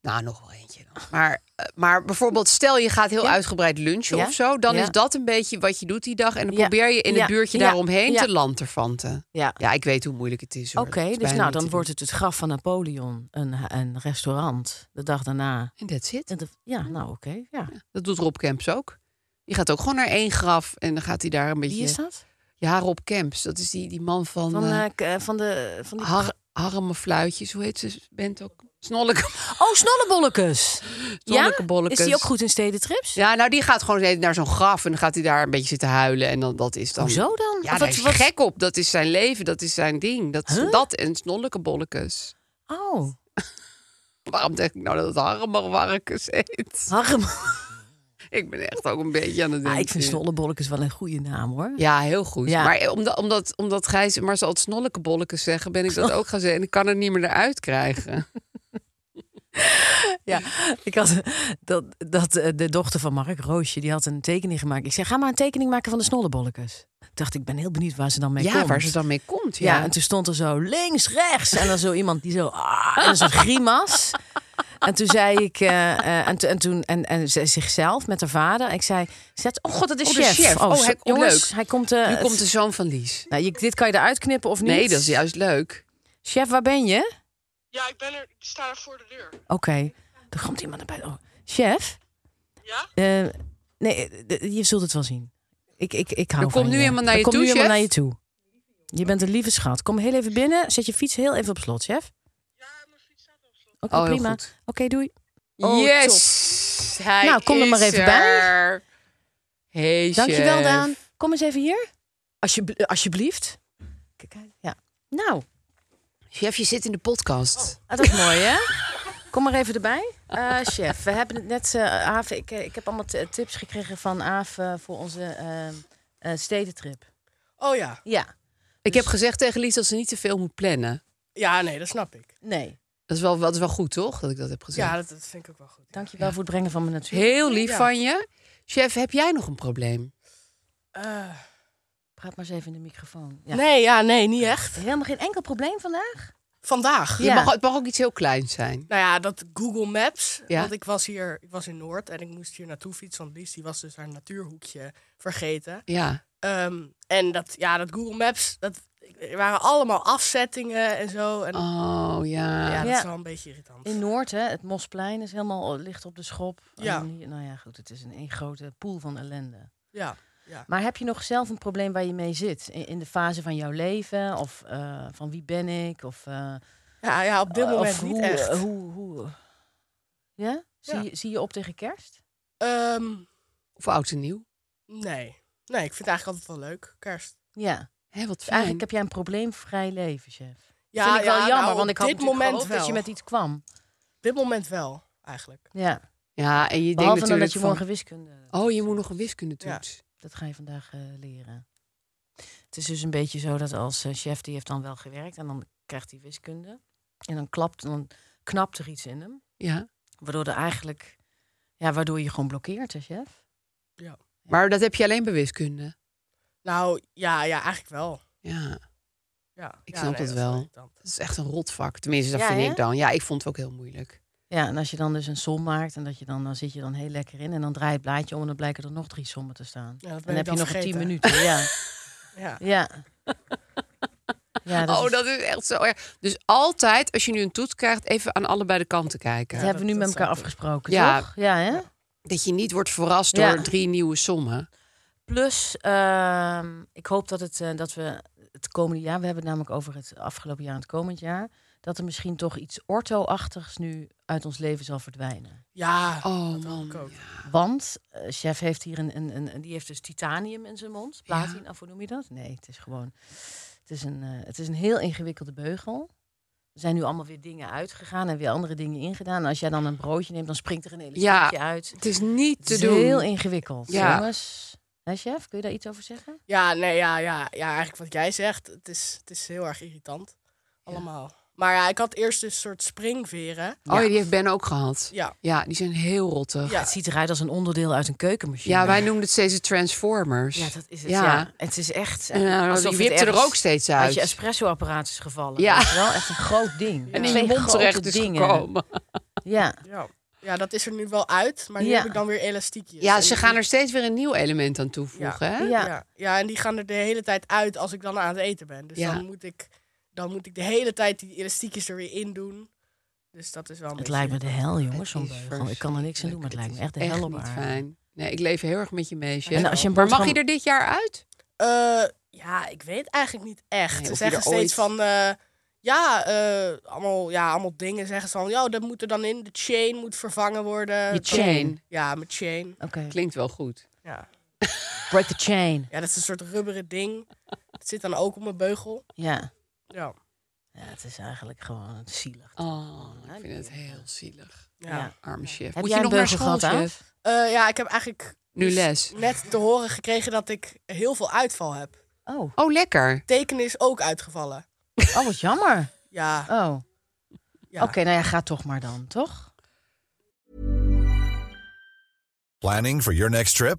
B: nou nog wel eentje dan. Maar, eh, maar bijvoorbeeld, stel je gaat heel uitgebreid lunchen
C: Ja.
B: of zo, dan
C: Ja.
B: is dat een beetje wat je doet die dag. En dan
C: Ja.
B: probeer je in
C: Ja.
B: het buurtje
C: Ja.
B: daaromheen
C: Ja.
B: te lanterfanten.
C: Ja.
B: Ja, ik weet hoe moeilijk het is. hoor.
C: Oké,
B: Dat is
C: dus
B: bijna
C: nou,
B: niet
C: dan
B: te
C: wordt het het graf van Napoleon een, ha- een restaurant de dag daarna.
B: doen. En that's it.
C: En dat- ja, nou oké. ja.
B: Dat doet Rob Kemps ook. Die gaat ook gewoon naar één graf en dan gaat hij daar een beetje...
C: Wie is dat?
B: Ja, Rob Kemps. Dat is die, die man van,
C: Van,
B: eh,
C: eh, k- eh, van de... Van die...
B: har, Harme Fluitjes. Hoe heet ze? Bent ook... Snolleke,
C: Oh, Snollebollekes!
B: Snolleke
C: ja? Is die ook goed in stedentrips?
B: Ja, nou, die gaat gewoon eens naar zo'n graf en dan gaat hij daar een beetje zitten huilen. En dan, dat is dan...
C: Hoezo dan?
B: Ja,
C: Of
B: daar
C: wat-
B: is hij
C: wat-
B: gek op. Dat is zijn leven, dat is zijn ding. Dat, is
C: Huh?
B: dat en snollekebollekes.
C: Oh,
B: Waarom denk ik nou dat het harmerwarkes heet?
C: Harm.
B: Ik ben echt ook een beetje aan het denken.
C: Ah, ik vind Snollebollekes wel een goede naam, hoor.
B: Ja, heel goed.
C: Ja.
B: Maar omdat, omdat, omdat Gijs en Marcel het snollekebollekes zeggen, ben ik dat ook gaan zeggen. En ik kan het niet meer eruit krijgen.
C: Ja, ik had dat, dat eh, de dochter van Mark, Roosje, die had een tekening gemaakt. Ik zei, ga maar een tekening maken van de snollebollekes. Ik dacht, ik ben heel benieuwd waar ze dan mee
B: ja,
C: komt.
B: waar ze dan mee komt.
C: Ja.
B: Ja,
C: en toen stond er zo links, rechts. En dan zo iemand die zo... Ah, en dan zo'n grimas. En toen zei ik... eh, eh, en, to- en toen... En, en ze- zichzelf met haar vader. En ik zei... Zet, oh god, dat is
B: Oh, de
C: chef.
B: chef. Oh,
C: zo-
B: hij- oh,
C: jongens,
B: leuk.
C: hij komt... eh,
B: nu komt de zoon van Lies.
C: nou, je- dit kan je eruit knippen of niet.
B: Nee, dat is juist leuk.
C: Chef, waar ben je?
E: Ja, ik ben er. Ik sta er voor de deur.
C: Oké. Er komt iemand naar buiten. Oh, chef?
E: Ja?
C: Eh, nee, eh, de- je zult het wel zien. Ik, ik, ik hou
B: Er
C: van
B: komt nu
C: je.
B: iemand naar
C: Er
B: je
C: komt
B: toe,
C: nu iemand
B: chef.
C: naar je toe. Je bent een lieve schat. Kom heel even binnen. Zet je fiets heel even op slot, chef. Oké,
B: Oh, heel
C: prima. Oké,
B: goed.
C: doei. Oh,
B: yes! Hij
C: Nou, kom er maar
B: is
C: even bij.
B: er. Hey,
C: Dankjewel,
B: chef.
C: Daan. Kom eens even hier. Alsjebl- eh, alsjeblieft. Kijk uit. Ja. Nou,
B: Chef, je zit in de podcast.
C: Ah, dat is mooi, hè? Kom maar even erbij. Eh, chef, we hebben het net... eh Aaf, ik, eh, ik heb allemaal t- tips gekregen van Aaf eh, voor onze eh, eh, stedentrip.
F: Oh ja.
C: Ja,
B: Ik heb gezegd tegen Lies dat ze niet te veel moet plannen.
F: Ja, nee, dat snap ik.
C: nee.
B: Dat is wel, dat is wel goed, toch? Dat ik dat heb gezegd.
F: Ja, dat, dat vind ik ook wel goed.
C: Dankjewel voor het brengen van mijn natuur.
B: Heel lief
F: Ja.
B: van je. Chef, heb jij nog een probleem?
F: Eh,
C: Praat maar eens even in de microfoon. Ja.
F: Nee, ja, nee, niet echt.
C: Helemaal geen enkel probleem vandaag?
F: Vandaag.
C: Ja.
B: Het, mag, het mag ook iets heel kleins zijn.
F: Nou ja, dat Google Maps.
B: Ja.
F: Want ik was hier, ik was in Noord en ik moest hier naartoe fietsen. Want Lies die was dus haar natuurhoekje vergeten.
B: Ja.
F: Ehm, en dat, ja, dat Google Maps, dat er waren allemaal afzettingen en zo. En
B: Oh, ja.
F: ja,
B: ja.
F: dat
C: Ah, Ja.
F: is wel een beetje irritant.
C: In Noord, hè, het Mosplein is helemaal licht op de schop.
F: Ja.
C: En hier- nou ja, goed, het is een één grote pool van ellende.
F: Ja.
C: Maar heb je nog zelf een probleem waar je mee zit? In, in de fase van jouw leven? Of eh, van wie ben ik? Of, eh,
F: Ja, ja, op dit
C: eh,
F: moment
C: of
F: niet
C: hoe,
F: echt.
C: eh, Hoe, hoe, ja? Zie,
F: Ja.
C: Je, zie je op tegen kerst?
F: Ehm,
B: Of oud en nieuw.
F: nee. Nee, ik vind het eigenlijk altijd wel leuk, kerst.
C: Ja.
B: Hé, wat
C: Dus
B: fijn.
C: eigenlijk heb jij een probleemvrij leven, chef.
F: Ja,
C: Vind ik wel
F: ja,
C: jammer,
F: nou,
C: want ik
F: op
C: had
F: dit
C: natuurlijk
F: moment
C: gehoopt dat je
F: wel.
C: met iets kwam.
F: Op dit moment wel, eigenlijk.
C: Ja.
B: Ja, en je denkt
C: Behalve dan
B: natuurlijk
C: dat je
B: van-
C: morgen wiskunde...
B: Oh, je moet nog een wiskundetoets.
C: Dat ga je vandaag eh, leren. Het is dus een beetje zo dat als eh, chef die heeft dan wel gewerkt en dan krijgt hij wiskunde. En dan klapt, dan knapt er iets in hem.
B: Ja.
C: Waardoor er eigenlijk, ja, waardoor je gewoon blokkeert, hè, chef.
B: Maar dat heb je alleen bij wiskunde.
F: Nou, ja, ja eigenlijk wel.
B: Ja.
F: Ja,
B: Ik
F: ja,
B: snap dat
F: is
B: wel.
F: irritant.
B: Dat is echt een rotvak. Tenminste, dat
C: Ja,
B: vind
C: hè?
B: ik dan. Ja, ik vond het ook heel moeilijk.
C: Ja, en als je dan dus een som maakt en dat je dan, dan zit je dan heel lekker in en dan draai je het blaadje om en dan blijken er nog drie sommen te staan.
F: Ja, dat ben
C: dan
F: ik
C: heb
F: dan
C: je nog
F: vergeten.
C: tien minuten. Ja,
F: Ja.
C: ja. ja dat
B: oh,
C: is-
B: dat is echt zo erg. Dus altijd, als je nu een toets krijgt, even aan allebei de kanten kijken.
C: dat
F: Ja.
C: hebben we nu
F: dat-
C: met
F: dat
C: elkaar
F: snap ik.
C: afgesproken,
B: Ja.
C: toch? Ja, hè?
B: Dat je niet wordt verrast
C: Ja.
B: door drie nieuwe sommen.
C: Plus, ehm, ik hoop dat, het, eh, dat we het komende jaar, we hebben het namelijk over het afgelopen jaar en het komend jaar, dat er misschien toch iets orto-achtigs nu uit ons leven zal verdwijnen.
F: Ja,
B: Oh,
F: dat hoop
B: man.
F: ik ook.
C: Want eh, chef heeft hier een, een, een, een- die heeft dus titanium in zijn mond, platina, of hoe noem je dat? Nee, het is gewoon, het is een, eh, het is een heel ingewikkelde beugel. Er zijn nu allemaal weer dingen uitgegaan en weer andere dingen ingedaan. En als jij dan een broodje neemt, dan springt er een hele
B: Ja,
C: stukje uit.
B: Het is niet
C: Het
B: te
C: is
B: doen.
C: heel ingewikkeld,
B: Ja.
C: jongens. Hè, chef, kun je daar iets over zeggen?
F: Ja, nee, ja, ja, ja, eigenlijk wat jij zegt, het is, het is heel erg irritant. Allemaal. Maar ja, ik had eerst dus een soort springveren.
B: Oh, ja, die heeft Ben ook gehad.
F: Ja.
B: Ja, die zijn heel rottig. Ja,
F: Ja.
C: Het ziet eruit als een onderdeel uit een keukenmachine.
B: wij noemden het steeds de Transformers.
C: Ja, dat is het.
B: Ja.
C: Ja. Het is echt.
B: En, eh,
C: alsof
B: die
C: het
B: wipte er
C: ergens
B: ook steeds
C: Uit
B: uit.
C: je espressoapparaat is gevallen.
B: Ja.
C: Ja. Dat is wel echt een groot ding.
B: En in
C: Twee
B: je mond
C: grote
B: terecht is
C: dingen.
B: gekomen.
C: Ja.
F: Ja. ja, dat is er nu wel uit, maar nu
C: Ja.
F: heb ik dan weer elastiekjes.
B: Ja,
F: En
B: ze
F: die-
B: gaan er steeds weer een nieuw element aan toevoegen. Hè?
C: Ja.
F: Ja. Ja. en die gaan er de hele tijd uit als ik dan aan het eten ben. Dus
B: Ja.
F: dan, moet ik, dan moet ik de hele tijd die elastiekjes er weer in doen. Dus dat is wel een
C: Het
F: beetje-
C: lijkt me de hel, jongens,
B: Het
C: zo'n
B: is
C: beugel. Oh, Ik kan er niks aan doen, maar het lijkt me echt de hel op
B: niet
C: aarde.
B: fijn. Nee, ik leef heel erg met je meisje.
C: En als je een
B: maar mag je
C: boterham-
B: er dit jaar uit?
F: Eh, ja, ik weet eigenlijk niet echt.
B: Nee,
F: ze
B: of je
F: zeggen
B: er
F: steeds
B: ooit-
F: van... eh, ja, eh, allemaal, ja, allemaal dingen zeggen ze van... Ja, dat moet er dan in. De chain moet vervangen worden.
B: Je
F: Dat-
B: chain.
F: Ja, mijn chain.
C: Oké.
B: Klinkt wel goed.
F: Ja.
C: Break the chain.
F: ja, dat is een soort rubberen ding. Het zit dan ook op mijn beugel.
C: Ja.
F: Ja.
C: ja. Het is eigenlijk gewoon zielig.
B: Oh, ik vind het heel zielig. Ah,
F: Ja.
C: Ja.
B: Arme chef.
C: Heb
B: Moet
C: jij
B: je
C: een
B: nog naar
C: beugel
B: school,
C: gehad,
B: chef?
F: Eh, ja, ik heb eigenlijk
B: Nu
F: dus
B: les.
F: net te horen gekregen dat ik heel veel uitval heb.
C: Oh,
B: Oh, lekker.
F: Tekenen is ook uitgevallen.
C: oh wat jammer.
F: Ja,
C: Oh.
F: ja.
C: Oké, nou ja, ga toch maar dan, toch?
G: Planning for your next trip?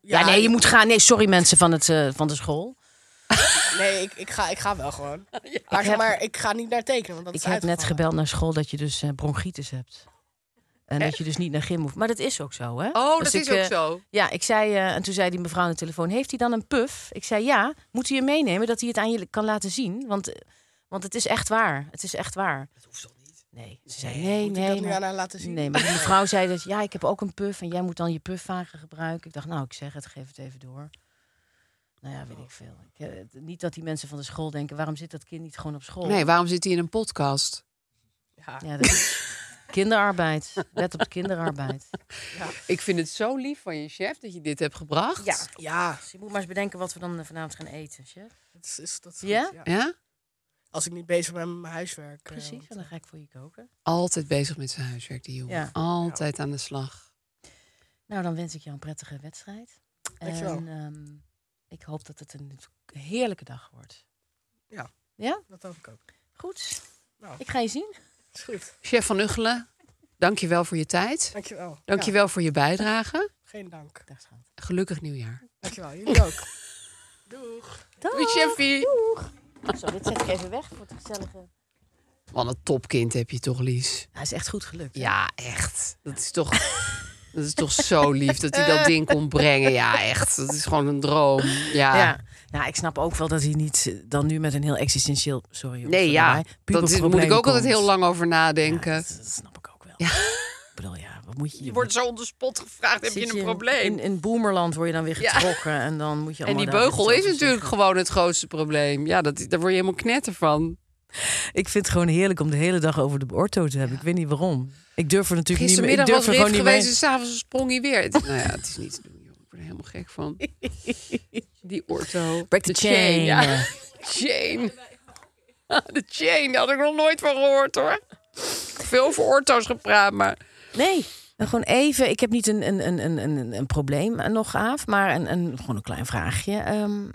C: Ja, nee, je moet gaan. Nee, sorry mensen van, het, eh, van de school.
F: Nee, ik, ik, ga, ik ga wel gewoon.
C: Ik
F: Maar,
C: heb-
F: maar ik ga niet naar tekenen, want dat
C: Ik
F: is
C: heb net
F: uitgevallen.
C: gebeld naar school dat je dus eh, bronchitis hebt. En dat
B: Echt?
C: je dus niet naar gym hoeft. Maar dat is ook zo, hè?
B: Oh,
C: Dus
B: dat is
C: ik,
B: ook
C: eh,
B: zo.
C: Ja, ik zei, eh, en toen zei die mevrouw aan de telefoon: Heeft hij dan een puff? Ik zei ja. Moet hij je meenemen dat hij het aan je kan laten zien? Want, eh, want het is echt waar. Het is echt waar. Dat hoeft toch niet? Nee. Ze zei: Nee,
F: Moet ik
C: nee.
F: dat nu
C: maar-
F: aan haar laten zien?
C: Nee, maar die mevrouw zei dat ja, ik heb ook een puff en jij moet dan je puffvagen gebruiken. Ik dacht, nou, ik zeg het, geef het even door. Nou ja, weet ik veel. Ik, eh, het- niet dat die mensen van de school denken: waarom zit dat kind niet gewoon op school?
B: Nee, waarom zit hij in een podcast?
F: Ja.
C: Ja, dat is kinderarbeid. Let op de kinderarbeid.
B: Ik vind het zo lief van je chef dat je dit hebt gebracht.
C: Ja.
F: Ja,
C: Dus je moet maar eens bedenken wat we dan eh, vanavond gaan eten, chef. Eh,
F: dat is, is- dat is
C: Ja?
F: goed,
B: Ja?
F: Als ik niet bezig ben met mijn huiswerk. eh,
C: Precies,
F: want-
C: en dan ga ik voor je koken.
B: Altijd bezig met zijn huiswerk, die jongen.
C: Ja.
B: Altijd aan de slag.
C: Nou, dan wens ik jou een prettige wedstrijd.
F: Dankjewel.
C: En ehm, ik hoop dat het een heerlijke dag wordt.
F: Ja.
C: Ja?
F: Dat hoop ik ook.
C: Goed.
F: Nou.
C: Ik ga je zien.
F: Is goed.
B: Chef van Uggelen, dank je wel voor je tijd.
F: Dankjewel.
B: Dank je
F: Ja,
B: wel voor je bijdrage.
F: geen dank.
C: Dag, schat.
B: Gelukkig nieuwjaar.
F: Dankjewel. Jullie ook.
B: Doei,
C: Ah,
B: chefie.
C: Zo, dit zet ik even weg voor het gezellige.
B: Wat een topkind heb je toch, Lies.
C: Hij is echt goed gelukt. hè?
B: Ja, echt. Dat is toch, dat is toch zo lief dat hij dat ding kon brengen. Ja, echt. Dat is gewoon een droom. Ja.
C: Ja. Nou, ik snap ook wel dat hij niet eh, dan nu met een heel existentieel. Sorry. hoor,
B: Nee,
C: voor
B: ja.
C: mij,
B: Dat is,
C: puberprobleem
B: moet ik ook altijd
C: komt.
B: heel lang over nadenken.
C: Ja, dat, dat snap ik ook wel. Ik bedoel, ja, wat moet je.
B: Je wordt zo onder spot gevraagd, heb
C: zit
B: je een
C: in-
B: probleem?
C: In, in Boomerland word je dan weer
B: Ja.
C: getrokken en dan moet je.
B: en
C: allemaal
B: die
C: daar
B: beugel
C: iets
B: is
C: over
B: natuurlijk gewoon het grootste probleem. Ja, dat, daar word je helemaal knetter van.
C: zeggen. Ik vind het gewoon heerlijk om de hele dag over de orto te hebben. Ik weet niet waarom. Ik durf er natuurlijk niet meer. Ik
B: Gistermiddag
C: durf
B: was
C: er
B: Rif
C: gewoon niet
B: geweest en
C: mee.
B: s'avonds sprong hij weer. Het- nou ja, het is niet te doen, joh. Ik word er helemaal gek van. Die orto.
C: Break the
B: dus De
C: chain.
B: Ja. Chain. De chain, daar had ik nog nooit van gehoord hoor. Veel voor orto's gepraat, maar...
C: Nee. Nou, Gewoon even, ik heb niet een, een, een, een, een, een probleem eh, nog, Aaf, maar een, een, gewoon een klein vraagje. Ehm,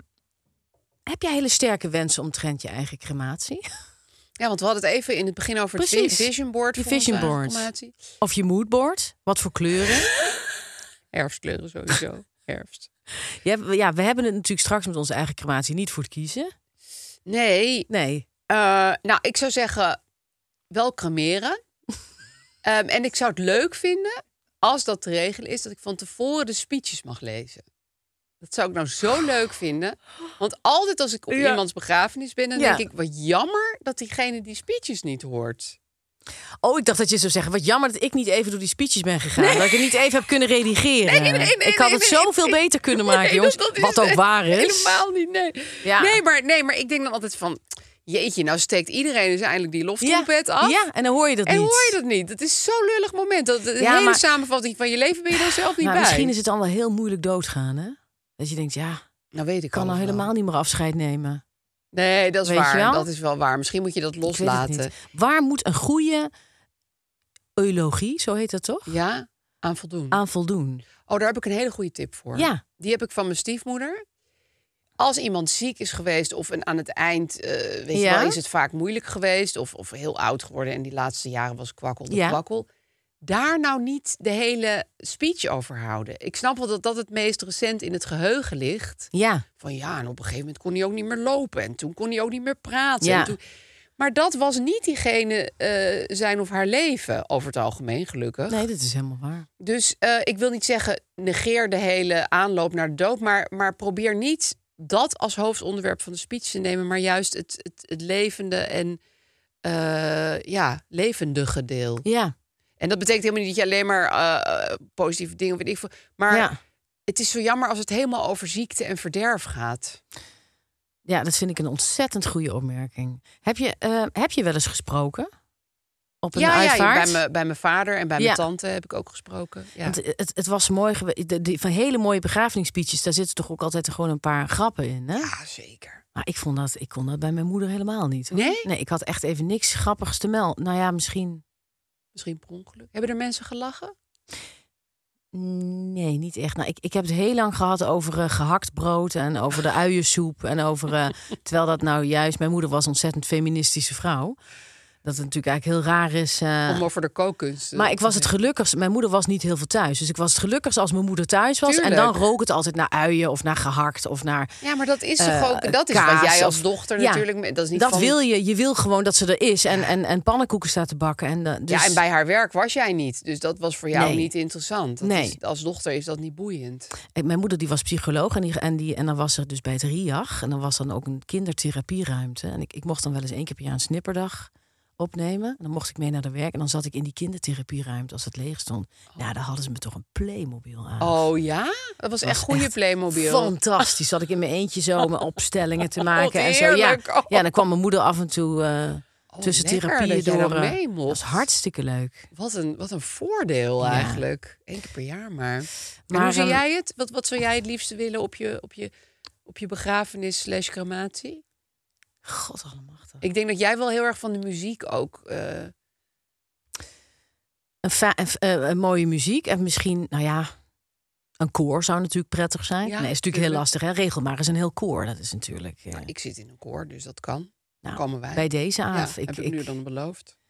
C: heb jij hele sterke wensen omtrent je eigen crematie?
B: Ja, want we hadden het even in het begin over
C: het vi-
B: het
C: vision
B: vision board.
C: voor onze informatie. Of je moodboard? Wat voor kleuren?
B: Herfstkleuren sowieso. Herfst.
C: Ja, we- ja, we hebben het natuurlijk straks met onze eigen crematie niet voor het kiezen.
B: Nee,
C: Nee,
B: Eh, nou, ik zou zeggen, wel cremeren. Ehm, en ik zou het leuk vinden, als dat te regelen is, dat ik van tevoren de speeches mag lezen. Dat zou ik nou zo leuk vinden. Want altijd als ik op
C: Ja.
B: iemands begrafenis ben, dan
C: Ja.
B: denk ik, wat jammer dat diegene die speeches niet hoort.
C: Oh, ik dacht dat je zou zeggen, wat jammer dat ik niet even door die speeches ben gegaan. Dat ik het niet even heb kunnen redigeren.
B: Nee, nee, nee, nee,
C: ik had
B: nee,
C: het
B: nee,
C: zoveel
B: nee.
C: beter kunnen maken,
B: Nee, dus
C: jongens.
B: dat- dat is
C: wat ook waar is.
B: Helemaal niet, nee.
C: Ja.
B: Nee, maar, nee, maar ik denk dan altijd van, jeetje, nou steekt iedereen dus eindelijk die
C: ja.
B: loftrompet af.
C: ja, en dan hoor je dat
B: En
C: niet.
B: hoor je dat niet? Dat is zo'n lullig moment. Dat, de
C: Ja,
B: hele
C: maar-
B: samenvatting van je leven ben je dan zelf niet
C: Nou,
B: bij.
C: Misschien is het dan wel heel moeilijk doodgaan, hè? Dat je denkt, ja,
B: Nou weet ik
C: ik kan nou
B: alles wel.
C: helemaal niet meer afscheid nemen.
B: Nee, dat is
C: Weet je
B: waar.
C: wel?
B: Dat is wel waar. Misschien moet je dat
C: Ik weet het
B: loslaten.
C: niet. Waar moet een goede eulogie, zo heet dat toch,
B: Ja, aan voldoen.
C: aan voldoen?
B: Oh, daar heb ik een hele goede tip voor.
C: Ah. Ja.
B: Die heb ik van mijn stiefmoeder. Als iemand ziek is geweest of een, aan het eind eh, weet
C: Ja?
B: je wel, is het vaak moeilijk geweest of, of heel oud geworden en die laatste jaren was kwakkel de
C: Ja.
B: kwakkel. Daar nou niet de hele speech over houden. Ik snap wel dat dat het meest recent in het geheugen ligt.
C: Ja,
B: Van ja, en op een gegeven moment kon hij ook niet meer lopen. En toen kon hij ook niet meer praten.
C: Ja.
B: En toen... Maar dat was niet diegene eh, zijn of haar leven, over het algemeen, gelukkig.
C: nee, dat is helemaal waar.
B: Dus eh, ik wil niet zeggen, negeer de hele aanloop naar de dood. Maar, maar probeer niet dat als hoofdonderwerp van de speech te nemen. Maar juist het, het, het levende en eh, ja, levendige deel.
C: Ja,
B: En dat betekent helemaal niet dat je alleen maar eh, eh, positieve dingen weet ik veel. Maar
C: ja.
B: het is zo jammer als het helemaal over ziekte en verderf gaat.
C: ja, dat vind ik een ontzettend goede opmerking. Heb je, eh, heb je wel eens gesproken? Op een uitvaart?
B: bij, mijn, bij mijn vader en bij
C: Ja.
B: mijn tante heb ik ook gesproken. Ja.
C: Want het, het was mooi geweest. De, die- van hele mooie begrafenispeeches, daar zitten toch ook altijd gewoon een paar grappen in. Hè?
B: ja, Ah, zeker.
C: Maar ik vond dat, ik kon dat bij mijn moeder helemaal niet. hoor.
B: Nee?
C: Nee, ik had echt even niks grappigs te melden. Nou ja, misschien.
B: Misschien per ongeluk. Hebben er mensen gelachen?
C: Nee, niet echt. Nou, ik, ik heb het heel lang gehad over eh, gehakt brood en over de uiensoep. En over, eh, terwijl dat nou juist, mijn moeder was een ontzettend feministische vrouw. Dat het natuurlijk eigenlijk heel raar is. eh,
B: Om over de kookkunst. eh,
C: maar ik was het gelukkigst. Mijn moeder was niet heel veel thuis. Dus ik was het gelukkigst als mijn moeder thuis was. En dan
B: Tuurlijk.
C: rook het altijd naar uien of naar gehakt of naar.
B: Ja, maar dat is toch
C: eh,
B: ook... Dat is
C: kaas
B: wat jij als
C: of-
B: dochter
C: Ja,
B: natuurlijk... me- Dat, is niet
C: dat
B: van-
C: wil je. Je wil gewoon dat ze er is. En, en, en pannenkoeken staat te bakken. En, eh, dus,
B: Ja, en bij haar werk was jij niet. Dus dat was voor jou
C: Nee.
B: niet interessant. Dat
C: Nee.
B: is- als dochter is dat niet boeiend.
C: Ik- Mijn moeder die was psycholoog en, die, en, die, en dan was er dus bij het RIAG. En dan was dan ook een kindertherapieruimte. En ik, ik mocht dan wel eens één keer per jaar een snipperdag opnemen. En dan mocht ik mee naar de werk. En dan zat ik in die kindertherapieruimte als het leeg stond. Nou, daar hadden ze me toch een Playmobil aan.
B: Oh ja? Dat was echt goede Playmobil.
C: Fantastisch. Zat ik in mijn eentje zo mijn opstellingen te maken.
B: Wat
C: en zo. Ja.
B: heerlijk. Oh.
C: ja, en dan kwam mijn moeder af en toe eh
B: Oh,
C: tussen
B: lekker
C: therapieën
B: dat jij
C: door.
B: dat
C: eh,
B: mee mocht.
C: was hartstikke leuk.
B: Wat een, wat een voordeel
C: Ja.
B: eigenlijk. Eén keer per jaar maar. maar
C: Maar,
B: hoe zie
C: ehm,
B: jij het? Wat, wat zou jij het liefste willen op je, op je, op je begrafenis slash crematie?
C: God allemachtig.
B: Ik denk dat jij wel heel erg van de muziek ook... eh,
C: een, fa- een f- eh, een mooie muziek en misschien, nou ja, een koor zou natuurlijk prettig zijn.
B: Ja,
C: nee, is natuurlijk heel
B: tuurlijk.
C: lastig. Hè? Regel maar eens een heel koor. Dat is natuurlijk. eh,
B: nou, ik zit in een koor, dus dat kan.
C: nou,
B: komen wij.
C: bij deze
B: ja,
C: avond.
B: heb ik, nu dan beloofd.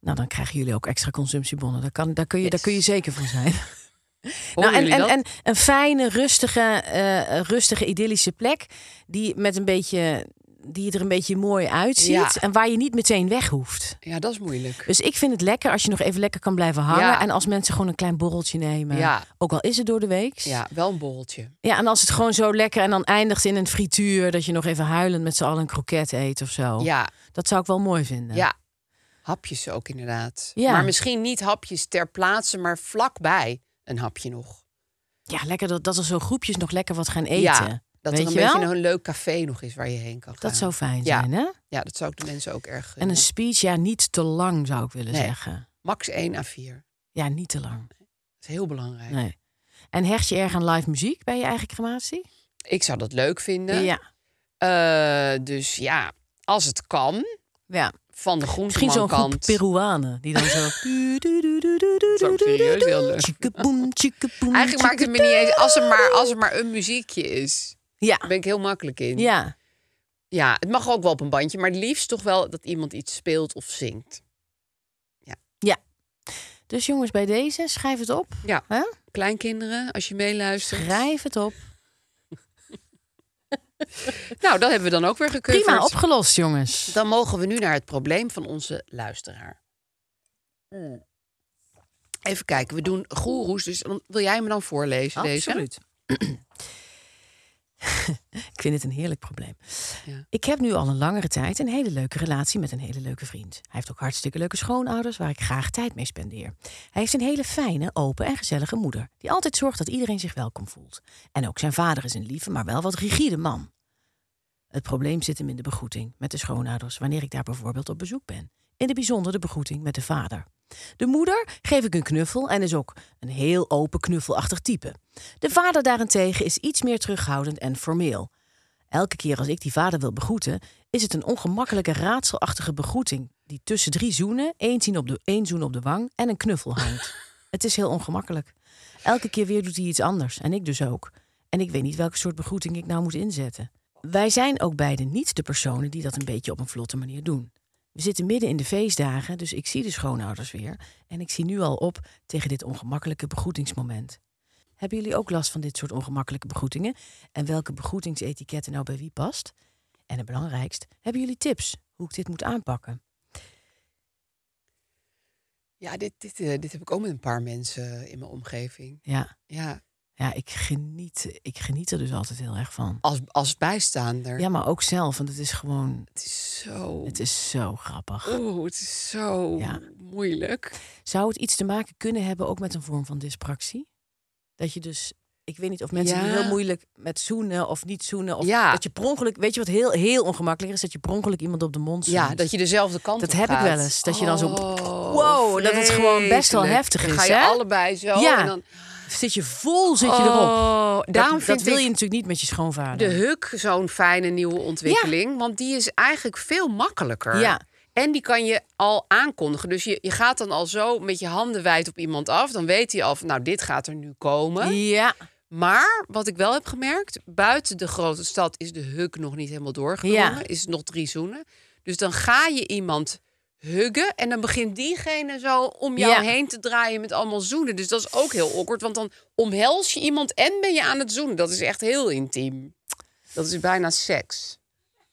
C: Nou, dan krijgen jullie ook extra consumptiebonnen. Daar, kan, daar, kun, je, daar
B: Yes.
C: kun je zeker van zijn.
B: Horen
C: Nou, en,
B: jullie
C: en,
B: dat?
C: en een fijne, rustige, eh, rustige, idyllische plek die met een beetje die er een beetje mooi uitziet
B: Ja.
C: en waar je niet meteen weg hoeft.
B: Ja, dat is moeilijk.
C: Dus ik vind het lekker als je nog even lekker kan blijven hangen
B: Ja.
C: en als mensen gewoon een klein borreltje nemen.
B: Ja.
C: Ook al is het door de week.
B: Ja, wel een borreltje.
C: Ja, en als het gewoon zo lekker en dan eindigt in een frituur, dat je nog even huilend met z'n allen een kroket eet of zo.
B: Ja,
C: Dat zou ik wel mooi vinden.
B: ja. Hapjes ook inderdaad.
C: Ja.
B: Maar misschien niet hapjes ter plaatse, maar vlakbij een hapje nog.
C: Ja, lekker dat, dat er zo groepjes nog lekker wat gaan eten.
B: Ja,
C: Weet
B: dat er een
C: je
B: beetje
C: wel?
B: een leuk café nog is waar je heen kan gaan.
C: Dat zou fijn
B: Ja.
C: zijn, hè?
B: Ja, dat zou ik de mensen ook erg
C: En
B: gunnen.
C: een speech, ja, niet te lang zou ik willen
B: Nee.
C: zeggen.
B: Max 1 à 4.
C: Ja, niet te lang.
B: Dat is heel belangrijk.
C: Nee. En hecht je erg aan live muziek bij je eigen crematie?
B: Ik zou dat leuk vinden.
C: Ja.
B: Eh, dus ja, als het kan,
C: ja.
B: van de
C: Misschien zo'n groep
B: groentemankant.
C: Peruanen die dan zo...
B: is ook serieus heel leuk.
C: Tjikkeboem, tjikkeboem,
B: Eigenlijk maakt het me niet eens... Als er, maar, als er maar een muziekje is,
C: Ja,
B: daar ben ik heel makkelijk in.
C: ja.
B: Ja, het mag ook wel op een bandje, maar het liefst toch wel dat iemand iets speelt of zingt.
C: Dus jongens, bij deze, schrijf het op.
B: Ja.
C: Hè?
B: Kleinkinderen, als je meeluistert.
C: Schrijf het op.
B: Nou, dat hebben we dan ook weer gecoverd.
C: Prima opgelost, jongens.
B: Dan mogen we nu naar het probleem van onze luisteraar.
C: Hmm.
B: Even kijken, we doen goeroes, dus dan- wil jij me dan voorlezen deze?
C: Absoluut. ik vind het een heerlijk probleem.
B: Ja.
C: Ik heb nu al een langere tijd een hele leuke relatie met een hele leuke vriend. Hij heeft ook hartstikke leuke schoonouders waar ik graag tijd mee spendeer. Hij heeft een hele fijne, open en gezellige moeder, die altijd zorgt dat iedereen zich welkom voelt. En ook zijn vader is een lieve, maar wel wat rigide man. Het probleem zit hem in de begroeting met de schoonouders, wanneer ik daar bijvoorbeeld op bezoek ben. In de bijzonder de begroeting met de vader. De moeder geef ik een knuffel en is ook een heel open knuffelachtig type. De vader daarentegen is iets meer terughoudend en formeel. Elke keer als ik die vader wil begroeten, is het een ongemakkelijke raadselachtige begroeting die tussen drie zoenen, één, zien op de, één zoen op de wang en een knuffel hangt. het is heel ongemakkelijk. Elke keer weer doet hij iets anders en ik dus ook. En ik weet niet welke soort begroeting ik nou moet inzetten. Wij zijn ook beiden niet de personen die dat een beetje op een vlotte manier doen. We zitten midden in de feestdagen, dus ik zie de schoonouders weer. En ik zie nu al op tegen dit ongemakkelijke begroetingsmoment. Hebben jullie ook last van dit soort ongemakkelijke begroetingen? En welke begroetingsetiketten nou bij wie past? En het belangrijkst, hebben jullie tips hoe ik dit moet aanpakken?
B: Ja, dit, dit, eh, dit heb ik ook met een paar mensen in mijn omgeving.
C: Ja,
B: Ja,
C: ja ik, geniet, ik geniet er dus altijd heel erg van.
B: als, als bijstaander.
C: Ja, maar ook zelf, want het is gewoon,
B: Het is zo...
C: het is zo grappig.
B: Oeh, het is zo
C: Ja.
B: moeilijk.
C: Zou het iets te maken kunnen hebben ook met een vorm van dyspraxie? Dat je dus, ik weet niet of mensen die
B: Ja.
C: heel moeilijk met zoenen of niet zoenen. Of
B: Ja.
C: dat je per ongeluk, weet je wat heel, heel ongemakkelijk is? Dat je per ongeluk iemand op de mond zoent.
B: Ja, dat je dezelfde kant
C: Dat
B: op
C: heb ik
B: gaat.
C: wel eens, dat je dan zo-
B: Oh,
C: Wow, dat het gewoon best wel
B: vreselijk.
C: heftig
B: Dan
C: is,
B: ga je
C: hè?
B: allebei zo
C: Ja.
B: en dan...
C: Zit je vol, zit je
B: Oh,
C: erop.
B: daarom
C: dat,
B: vind
C: dat wil
B: ik
C: je natuurlijk niet met je schoonvader.
B: de huk zo'n fijne nieuwe ontwikkeling. Want die is eigenlijk veel makkelijker.
C: Ja.
B: En die kan je al aankondigen. Dus je, je gaat dan al zo met je handen wijd op iemand af. Dan weet hij al, van, nou, dit gaat er nu komen.
C: Ja,
B: Maar wat ik wel heb gemerkt, buiten de grote stad is de huk nog niet helemaal doorgekomen.
C: Ja.
B: Is het nog drie zoenen. Dus dan ga je iemand huggen. En dan begint diegene zo om jou
C: Ja.
B: heen te draaien met allemaal zoenen. Dus dat is ook heel awkward. Want dan omhels je iemand en ben je aan het zoenen. Dat is echt heel intiem. Dat is bijna seks,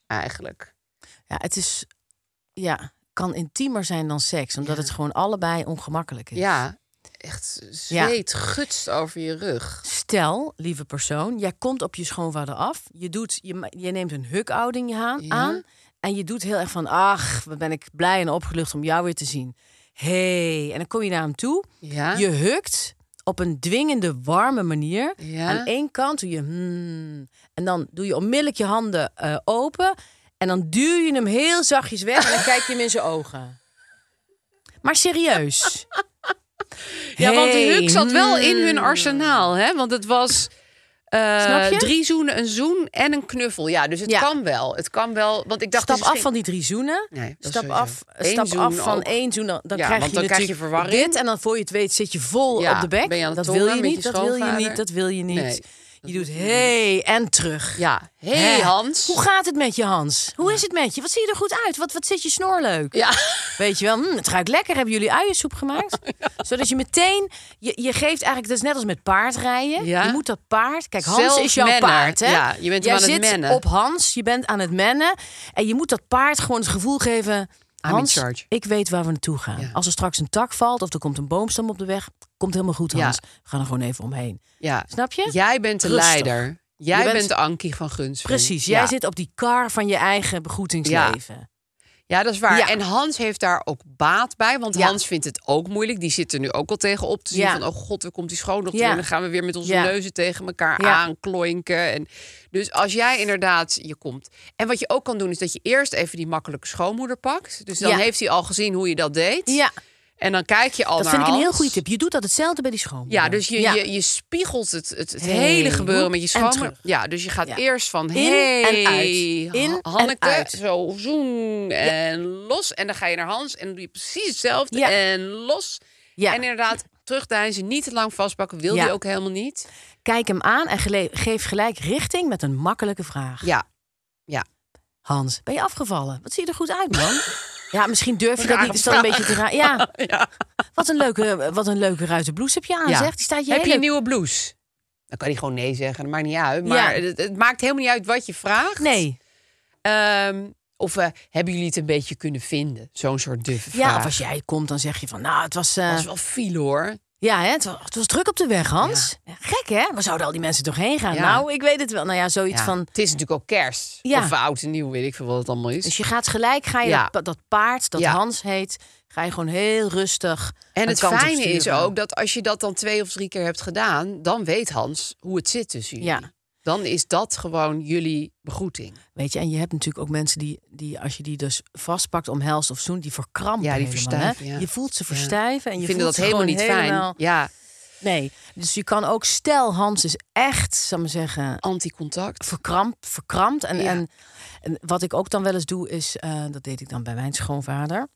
B: eigenlijk.
C: Ja, het is, ja, kan intiemer zijn dan seks, omdat het gewoon allebei ongemakkelijk is.
B: Ja, echt zweet gutst over je rug.
C: Stel, lieve persoon, jij komt op je schoonvader af. Je, doet, je, ma- je neemt een hukouding je aan,
B: Ja.
C: aan. En je doet heel erg van, ach, wat ben ik blij en opgelucht om jou weer te zien. Hé, hey. en dan kom je naar hem toe.
B: Ja,
C: Je hukt op een dwingende, warme manier.
B: Ja.
C: Aan één kant doe je hmm. En dan doe je onmiddellijk je handen eh, open. En dan duw je hem heel zachtjes weg. en dan kijk je hem in zijn ogen. Maar serieus.
B: ja want de
C: Hey,
B: huk zat wel in hun
C: hmm.
B: arsenaal. Hè? Want het was eh,
C: Snap je?
B: drie zoenen, een zoen en een knuffel. Ja, dus het
C: Ja.
B: kan wel. Het kan wel, want ik dacht...
C: stap
B: het is
C: af van die drie zoenen.
B: Nee, dat is
C: stap
B: sowieso.
C: af,
B: Eén
C: stap
B: zoen
C: af van
B: ook.
C: één zoen. Dan, dan
B: Ja,
C: krijg
B: want
C: je
B: dan krijg
C: natuurlijk
B: je verwarring.
C: dit. En dan voor je het weet zit je vol
B: Ja,
C: op de bek.
B: ben je aan het
C: dat wil
B: tongen
C: je
B: met
C: niet,
B: je
C: dat wil je
B: schoonvader.
C: niet, dat wil je niet.
B: Nee,
C: je doet hey en terug.
B: Ja, hey,
C: Hè?
B: Hans.
C: Hoe gaat het met je, Hans? Hoe is het met je? Wat zie je er goed uit? Wat, wat zit je snor leuk?
B: Ja,
C: Weet je wel, hm, het ruikt lekker. Hebben jullie uiensoep gemaakt? Zodat je meteen, je, je geeft eigenlijk, dat is net als met paardrijden.
B: Ja.
C: Je moet dat paard, kijk, Hans
B: Zelf
C: is jouw
B: mennen.
C: paard. Hè?
B: Ja, je bent hem
C: Jij
B: aan het
C: zit
B: mennen.
C: op Hans, je bent aan het mennen. En je moet dat paard gewoon het gevoel geven...
B: in
C: Hans,
B: charge.
C: ik weet waar we naartoe gaan.
B: Ja.
C: Als er straks een tak valt of er komt een boomstam op de weg, komt helemaal goed,
B: Ja.
C: Hans. We gaan er gewoon even omheen.
B: ja.
C: Snap je?
B: Jij bent de
C: Rustig.
B: leider. Jij
C: Je bent-
B: bent... Ankie van Gunsven.
C: Precies,
B: ja.
C: jij zit op die kar van je eigen begroetingsleven.
B: Ja, dat is waar.
C: Ja.
B: En Hans heeft daar ook baat bij. Want
C: Ja.
B: Hans vindt het ook moeilijk. Die zit er nu ook al tegen op te zien.
C: Ja.
B: Van, oh god, we komt die schoondochter
C: Ja.
B: weer. Dan gaan we weer met onze
C: Ja.
B: neuzen tegen elkaar
C: Ja.
B: aanklonken. En dus als jij inderdaad je komt... En wat je ook kan doen, is dat je eerst even die makkelijke schoonmoeder pakt. Dus dan
C: Ja.
B: heeft hij al gezien hoe je dat deed.
C: Ja,
B: En dan kijk je al
C: dat
B: naar
C: vind ik een heel
B: Hans.
C: goede tip. Je doet dat hetzelfde bij die schoonmoeder.
B: Ja, dus je, je, je spiegelt het, het, het
C: Hey,
B: hele gebeuren met je
C: en
B: schoonmoeder.
C: terug.
B: Ja, dus je gaat
C: Ja.
B: eerst van
C: In
B: hey,
C: en uit. In
B: Ha- Hanneke,
C: en uit.
B: zo zoen en los. En dan ga je naar Hans en dan doe je precies hetzelfde
C: Ja.
B: en los.
C: Ja.
B: En inderdaad, terugdijzen, niet te lang vastpakken, wil
C: Ja.
B: je ook helemaal niet.
C: Kijk hem aan en gele- geef gelijk richting met een makkelijke vraag.
B: Ja,
C: Hans, ben je afgevallen? Wat zie je er goed uit, man? ja, misschien durf je dat
B: Rare
C: niet. Is dat een beetje te raar? Ja,
B: ja.
C: wat een leuke, wat een leuke ruiten blouse heb je aan,
B: Ja.
C: zeg. Die staat je
B: heb
C: heel
B: je een
C: leuk.
B: nieuwe blouse? Dan kan hij gewoon nee zeggen, dat maakt niet uit. Maar
C: Ja.
B: het, het maakt helemaal niet uit wat je vraagt.
C: Nee.
B: Ehm, of eh, hebben jullie het een beetje kunnen vinden? Zo'n soort duffe vraag.
C: Ja, of als jij komt, dan zeg je van, nou, het was... eh,
B: Dat is wel file hoor.
C: Ja, hè, het, was, het was druk op de weg, Hans. Gek, hè? Waar zouden al die mensen toch heen gaan?
B: Ja.
C: Nou, ik weet het wel. Nou ja, zoiets
B: Ja,
C: van...
B: Het is natuurlijk ook kerst.
C: Ja.
B: Of oud en nieuw, weet ik veel wat het allemaal is.
C: Dus je gaat gelijk, ga je
B: Ja.
C: dat, pa- dat paard, dat
B: Ja.
C: Hans heet... ga je gewoon heel rustig
B: en
C: een
B: het
C: kant op
B: fijne is
C: sturen.
B: ook dat als je dat dan twee of drie keer hebt gedaan, dan weet Hans hoe het zit tussen jullie.
C: Ja.
B: Dan is dat gewoon jullie begroeting.
C: Weet je, en je hebt natuurlijk ook mensen die, die als je die dus vastpakt, omhelst of zoent, die verkrampen.
B: Ja, die
C: helemaal,
B: verstijven,
C: hè?
B: ja.
C: Je voelt ze
B: Ja.
C: verstijven en je
B: Die vinden
C: voelt
B: dat
C: ze
B: helemaal
C: gewoon
B: niet
C: helemaal-
B: fijn. Ja,
C: Nee, dus je kan ook, stel Hans is echt, zal ik maar zeggen,
B: anticontact.
C: verkrampt. verkrampt. En,
B: Ja.
C: en, en wat ik ook dan wel eens doe, is, eh, dat deed ik dan bij mijn schoonvader.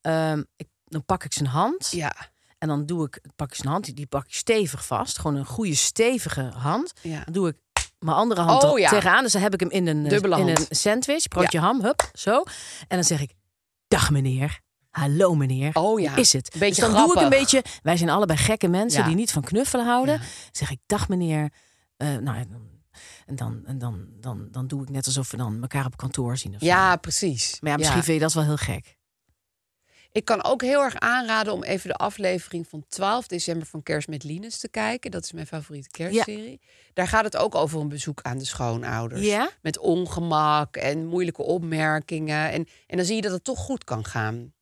C: Ehm, ik, dan pak ik zijn hand
B: Ja,
C: en dan doe ik, pak ik zijn hand, die, die pak ik stevig vast. Gewoon een goede stevige hand.
B: ja.
C: Dan doe ik mijn andere hand
B: Oh,
C: er
B: ja.
C: tegenaan. Dus dan heb ik hem in een, eh,
B: Dubbele
C: in
B: hand.
C: een sandwich, broodje ham, hup, zo. En dan zeg ik, dag meneer, hallo meneer.
B: Oh ja.
C: Hoe Is het?
B: Beetje
C: dus dan doe ik
B: grappig.
C: een beetje, wij zijn allebei gekke mensen
B: Ja.
C: die niet van knuffelen houden.
B: Ja.
C: zeg ik, dag meneer. Eh, nou, en dan, en, dan, en dan, dan, dan doe ik net alsof we dan elkaar op kantoor zien of zo.
B: Ja, precies.
C: Maar ja, misschien
B: Ja.
C: vind je dat wel heel gek.
B: Ik kan ook heel erg aanraden om even de aflevering van 12 december van Kerst met Linus te kijken. Dat is mijn favoriete kerstserie. Daar gaat het ook over een bezoek aan de schoonouders.
C: Ja?
B: Met ongemak en moeilijke opmerkingen. En, en dan zie je dat het toch goed kan gaan.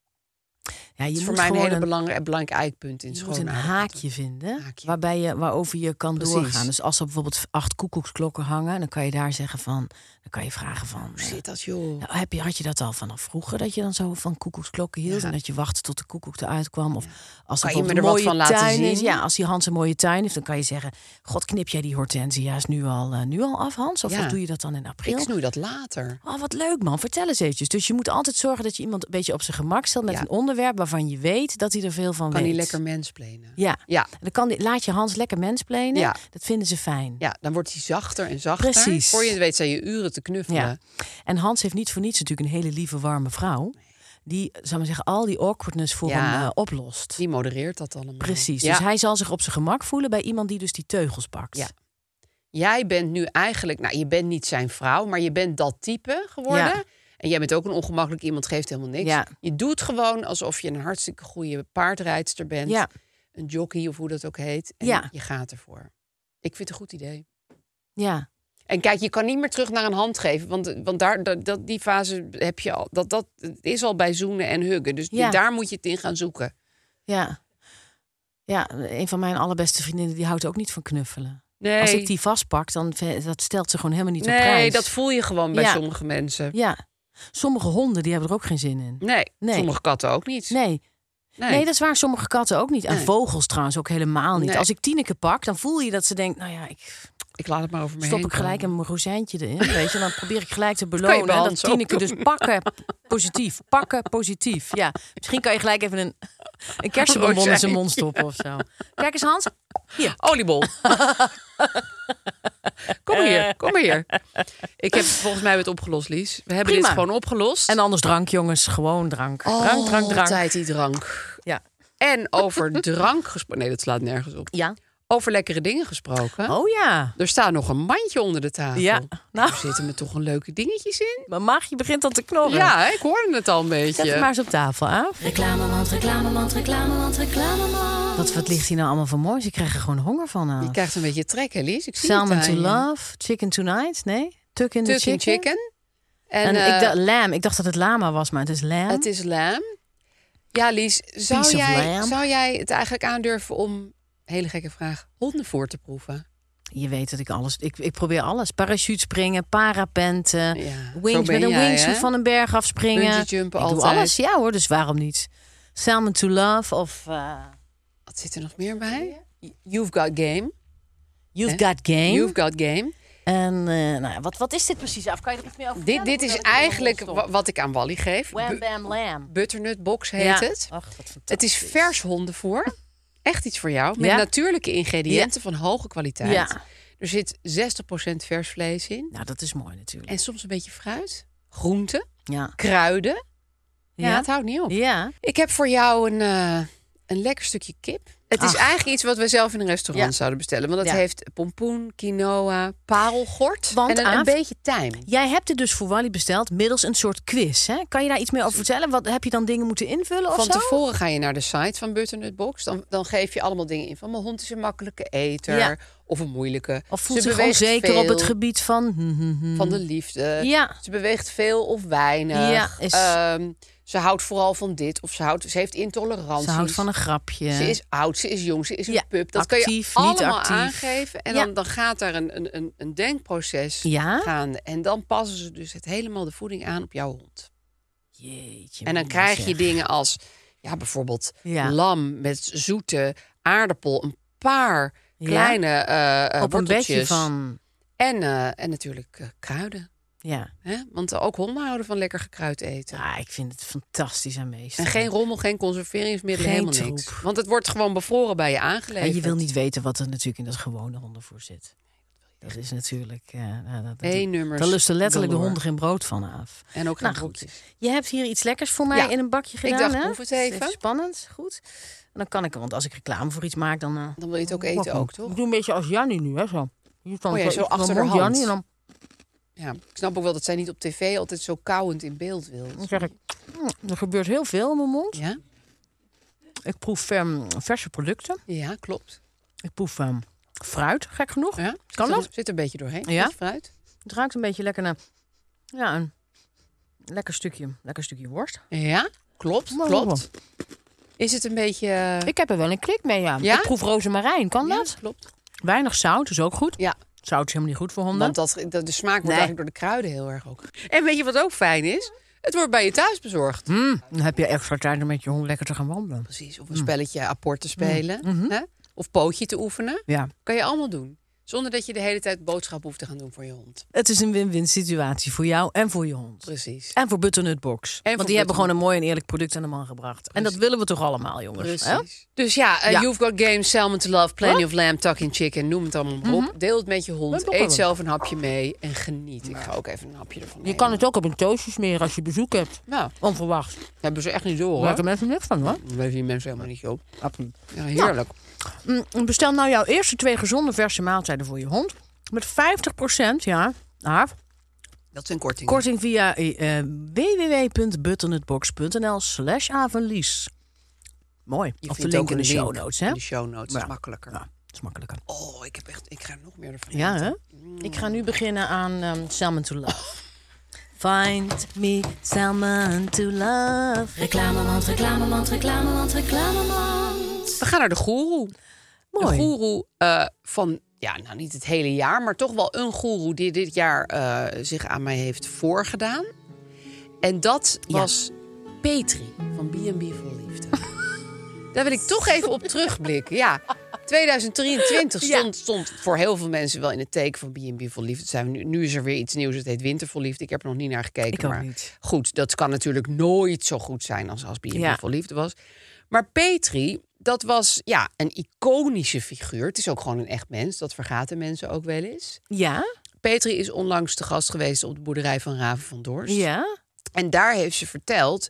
C: Ja, je
B: dat
C: moet
B: is voor mij een
C: gewoon
B: hele belangrijk, belangrijk eikpunt in
C: Je moet een
B: schoonouders.
C: haakje vinden
B: Haakje.
C: Waarbij je, waarover je kan
B: Precies.
C: doorgaan. Dus als er bijvoorbeeld acht koekoeksklokken hangen, dan kan je daar zeggen van, dan kan je vragen van.
B: Hoe
C: eh,
B: zit dat, joh?
C: nou, heb je, had je dat al vanaf vroeger, dat je dan zo van koekoeksklokken hield
B: Ja.
C: en dat je wachtte tot de koekoek eruit kwam? Of als er,
B: Kan je me
C: bijvoorbeeld
B: er wat
C: een mooie
B: van laten
C: tuin is,
B: zien?
C: ja, als die Hans een mooie tuin heeft, dan kan je zeggen: God, knip jij die hortensia's nu al, eh, nu al af, Hans? Of
B: Ja.
C: wat doe je dat dan in april?
B: Ik snoei dat later.
C: Oh, wat leuk man, vertel eens eventjes. Dus je moet altijd zorgen dat je iemand een beetje op zijn gemak stelt met
B: Ja.
C: een onderwerp waarvan je weet dat hij er veel van
B: Kan
C: weet.
B: hij lekker mensplenen?
C: Ja.
B: Ja.
C: En Dan kan die, laat je Hans lekker mensplenen.
B: Ja.
C: Dat vinden ze fijn.
B: ja, dan wordt hij zachter en zachter.
C: Precies.
B: Voor je het weet zijn je uren te knuffelen.
C: Ja. En Hans heeft niet voor niets natuurlijk een hele lieve, warme vrouw. die, zou maar zeggen, al die awkwardness voor
B: Ja.
C: hem eh, oplost.
B: Die modereert dat allemaal.
C: Precies.
B: Ja.
C: Dus hij zal zich op zijn gemak voelen bij iemand die dus die teugels pakt.
B: Ja. Jij bent nu eigenlijk, nou, je bent niet zijn vrouw, maar je bent dat type geworden.
C: Ja.
B: En jij bent ook een ongemakkelijk iemand, geeft helemaal niks.
C: Ja.
B: Je doet gewoon alsof je een hartstikke goede paardrijdster bent.
C: Ja.
B: Een jockey of hoe dat ook heet. En
C: Ja.
B: je gaat ervoor. Ik vind het een goed idee.
C: ja.
B: En kijk, je kan niet meer terug naar een hand geven. Want, want daar, dat, dat- die fase heb je al. Dat, dat is al bij zoenen en huggen. Dus
C: Ja.
B: daar moet je het in gaan zoeken.
C: Ja. Ja, een van mijn allerbeste vriendinnen die houdt ook niet van knuffelen.
B: Nee,
C: Als ik die vastpak, dan ve- dat stelt ze gewoon helemaal niet op prijs.
B: nee dat voel je gewoon bij
C: Ja.
B: sommige mensen.
C: Ja. Sommige honden die hebben er ook geen zin in.
B: Nee,
C: Nee.
B: sommige katten ook niet.
C: Nee. Nee. dat is waar. Sommige katten ook niet. En
B: Nee.
C: vogels trouwens ook helemaal niet.
B: Nee.
C: Als ik Tineke pak, dan voel je dat ze denkt... nou ja, ik
B: Ik laat het maar over me
C: stop
B: heen
C: ik gelijk
B: komen.
C: een rozijntje erin. Weet je, dan probeer ik gelijk te
B: je bij
C: belonen. hè, Dat,
B: Hans ook
C: Tineke dus
B: doen.
C: pakken positief. Pakken positief. Ja, misschien kan je gelijk even een, een kersenbonbon in zijn
B: Rozijntje.
C: mond stoppen of zo. Kijk eens Hans. Hier.
B: Oliebol. kom maar hier, kom maar hier. Ik heb volgens mij het opgelost, Lies. We hebben
C: Prima.
B: dit gewoon opgelost.
C: En anders drank, jongens. Gewoon drank. drank, drank, drank.
B: Altijd die drank.
C: Ja.
B: En over drank gesproken. Nee, dat slaat nergens op.
C: Ja.
B: Over lekkere dingen gesproken.
C: Oh ja.
B: Er staat nog een mandje onder de tafel.
C: Ja, nou.
B: Er zitten me toch een leuke dingetjes in.
C: Mijn maagje begint al te knorren.
B: Ja, hè, ik hoorde het al een beetje.
C: Zet hem maar eens op tafel, af.
D: Reclamemand, reclamemand, reclamemand, reclamemand.
C: Wat, wat ligt hier nou allemaal voor moois? Ik krijg er gewoon honger van aan.
B: Je krijgt een beetje trek, hè, Lies? Ik zie
C: Salmon
B: het
C: to
B: aan je.
C: love, chicken tonight, nee? Tuck in the
B: Turkey
C: chicken.
B: chicken. En,
C: En,
B: eh,
C: ik dacht lamb. Ik dacht dat het lama was, maar het is lamb.
B: Het is lam. Ja, Lies, zou
C: Piece of
B: jij,
C: lamb.
B: zou jij het eigenlijk aandurven om, hele gekke vraag, honden voor te proeven?
C: Je weet dat ik alles... Ik, ik probeer alles. Parachute springen, parapenten,
B: Ja, zo
C: wings,
B: ben
C: met een
B: jij,
C: wingsuit
B: hè?
C: van een berg afspringen.
B: Bungee jumpen
C: ik doe
B: altijd.
C: alles, ja hoor. Dus waarom niet? Salmon to love of eh,
B: Wat zit er nog meer bij? You've got game.
C: You've Got Game.
B: You've got game.
C: En eh, nou, ja, wat, wat is dit precies? Af? Kan je er iets meer over
B: Dit, dit is eigenlijk wa- wat ik aan Wally geef.
C: Wham
B: Bu-
C: Bam Lam.
B: Butternut box heet
C: Ja.
B: het.
C: Ach, wat fantastisch.
B: Het is vers honden voor. Echt iets voor jou. Met
C: Ja.
B: natuurlijke ingrediënten van hoge kwaliteit.
C: Ja.
B: Er zit 60% vers vlees in.
C: Nou, dat is mooi natuurlijk.
B: En soms een beetje fruit. Groenten.
C: Ja.
B: Kruiden. Ja,
C: Ja?
B: het houdt niet op.
C: Ja.
B: Ik heb voor jou een, eh, een lekker stukje kip. Het is
C: Ach.
B: eigenlijk iets wat we zelf in een restaurant
C: Ja.
B: zouden bestellen. Want dat
C: Ja.
B: heeft pompoen, quinoa, parelgort
C: Want,
B: en een, een
C: Aaf,
B: beetje tijm.
C: Jij hebt het dus voor Wally besteld middels een soort quiz. Hè? Kan je daar iets meer over vertellen? Wat, heb je dan dingen moeten invullen of
B: Van
C: zo?
B: tevoren ga je naar de site van Butternut Box. Dan, dan geef je allemaal dingen in. Van mijn hond is een makkelijke eter.
C: Ja.
B: Of een moeilijke.
C: Of voelt
B: Ze
C: zich
B: beweegt
C: onzeker op het
B: veel.
C: gebied van... hm, hm, hm.
B: van de liefde.
C: Ja.
B: Ze beweegt veel of weinig.
C: Ja, is-
B: Ehm, ze houdt vooral van dit. Of ze, houdt, ze heeft intolerantie.
C: Ze houdt van een grapje.
B: Ze is oud, ze is jong, ze is een
C: Ja,
B: pup. Dat
C: actief,
B: kan je
C: niet
B: allemaal
C: actief.
B: aangeven. En
C: Ja.
B: dan, dan gaat daar een, een, een, een denkproces
C: Ja.
B: gaan. En dan passen ze dus het helemaal de voeding aan op jouw hond.
C: Jeetje,
B: En dan
C: mina,
B: krijg je
C: zeg.
B: dingen als ja, bijvoorbeeld
C: Ja.
B: lam met zoete aardappel, een paar
C: Ja.
B: kleine eh, eh,
C: Op een bedje
B: worteltjes.
C: van...
B: En, eh, en natuurlijk eh, kruiden.
C: Ja.
B: Hè? Want ook honden houden van lekker gekruid eten.
C: ja, ik vind het fantastisch aan meester.
B: En geen rommel, geen conserveringsmiddelen,
C: Geen
B: helemaal niks.
C: troep.
B: Want het wordt gewoon bevroren bij je
C: Ja,
B: aangeleverd.
C: je wil niet weten wat er natuurlijk in dat gewone hondenvoer zit. Dat is natuurlijk... eh nou, dat, dat,
B: E-nummers
C: daar lusten letterlijk de
B: galore.
C: honden geen brood van af.
B: En ook
C: Nou
B: geen
C: goed,
B: broekjes.
C: je hebt hier iets lekkers voor mij
B: Ja,
C: in een bakje gedaan.
B: dacht,
C: hè?
B: proef het
C: Dat is
B: even.
C: Spannend, goed. En dan kan ik, want als ik reclame voor iets maak, dan... eh,
B: Dan wil je het ook eten, ook, toch?
C: Ik doe een beetje als Jannie nu, hè, zo. Hier stond
B: Oh ja,
C: wel
B: zo
C: iets van
B: achter haar
C: mond
B: hand.
C: Jannie, en dan,
B: Ja, ik snap ook wel dat zij niet op tv altijd zo kauwend in beeld wil.
C: dan zeg ik, "Mm, er gebeurt heel veel in mijn mond.
B: Ja,
C: Ik proef ehm, verse producten.
B: ja klopt.
C: Ik proef ehm, fruit, gek genoeg.
B: Ja, zit
C: Kan
B: er-
C: dat?
B: Zit er een beetje doorheen.
C: Ja?
B: Beetje fruit.
C: Het ruikt een beetje lekker naar... Ja, een lekker stukje, lekker stukje worst.
B: Ja, klopt,
C: Maar
B: klopt. Is het een beetje... eh,
C: Ik heb er wel een klik mee, ja.
B: Ja?
C: Ik proef rozemarijn, kan
B: ja,
C: dat?
B: klopt.
C: Weinig zout is ook goed.
B: Ja,
C: Zout is helemaal niet goed voor honden.
B: want dat, dat- de smaak wordt
C: Nee.
B: eigenlijk door de kruiden heel erg ook. En weet je wat ook fijn is? Het wordt bij je thuis bezorgd.
C: Mm, dan heb je extra tijd om met je hond lekker te gaan wandelen. Hm.
B: Precies, of een spelletje apport te spelen. Hè? Of pootje te oefenen.
C: Ja,
B: Kan je allemaal doen. Zonder dat je de hele tijd boodschap hoeft te gaan doen voor je hond.
C: Het is een win-win situatie voor jou en voor je hond.
B: Precies.
C: En voor Butternut Box.
B: voor
C: Want die hebben
B: Butternut.
C: gewoon een mooi en eerlijk product aan de man gebracht. En dat willen we toch allemaal, jongens? hè?
B: Precies. Dus ja, eh,
C: Ja.
B: You've Got Game, Salmon to Love, Plenty of Lamb, Talking Chicken, noem het allemaal maar
C: Mhm.
B: op. Deel het met je hond,
C: Met
B: eet
C: papa.
B: zelf een hapje mee en geniet. Ik ga ook even een hapje ervan
C: Je kan het ook op een toastje smeren als je bezoek hebt.
B: Nou,
C: Onverwachts. Daar
B: hebben ze echt niet door hoor.
C: maken mensen niks van, hoor.
B: Dat weten die mensen helemaal niet op.
C: Absoluut.
B: Ja, heerlijk.
C: Mm, Bestel nou jouw eerste twee gezonde verse maaltijden voor je hond. Met 50%, ja, Haaf,
B: Dat zijn kortingen.
C: korting via eh, eh, www.butternutbox.nl slash avenlies. Mooi.
B: Je
C: of de
B: vindt
C: link
B: ook
C: in de
B: een
C: show notes, hè?
B: In de show notes, is
C: Ja.
B: makkelijker.
C: Ja, dat is makkelijker.
B: Oh, ik, heb echt, ik ga nog meer ervan
C: Ja,
B: eten.
C: hè? Ik ga nu beginnen aan ehm, Salmon to Love. Find me salmon to love.
D: Reclamemand, reclamemand, reclamemand, reclamemand.
B: We gaan naar de goeroe.
C: Mooi.
B: De goeroe eh, van, ja, nou niet het hele jaar, maar toch wel een goeroe die dit jaar eh, zich aan mij heeft voorgedaan. En dat was Petri van B&B voor Liefde. Daar wil ik toch even op terugblikken. Ja, 2023 stond, stond voor heel veel mensen wel in het teken van B&B voor Liefde. Dat Zijn we nu, nu is er weer iets nieuws, het heet Winter voor Liefde. Ik heb er nog niet naar gekeken.
C: Ik ook
B: maar
C: niet.
B: Goed, dat kan natuurlijk nooit zo goed zijn als, als B&B
C: Ja.
B: voor Liefde was. Maar Petri, dat was ja, een iconische figuur. Het is ook gewoon een echt mens. Dat vergaten mensen ook wel eens.
C: Ja?
B: Petri is onlangs te gast geweest op de boerderij van Raven van Dorst.
C: Ja?
B: En daar heeft ze verteld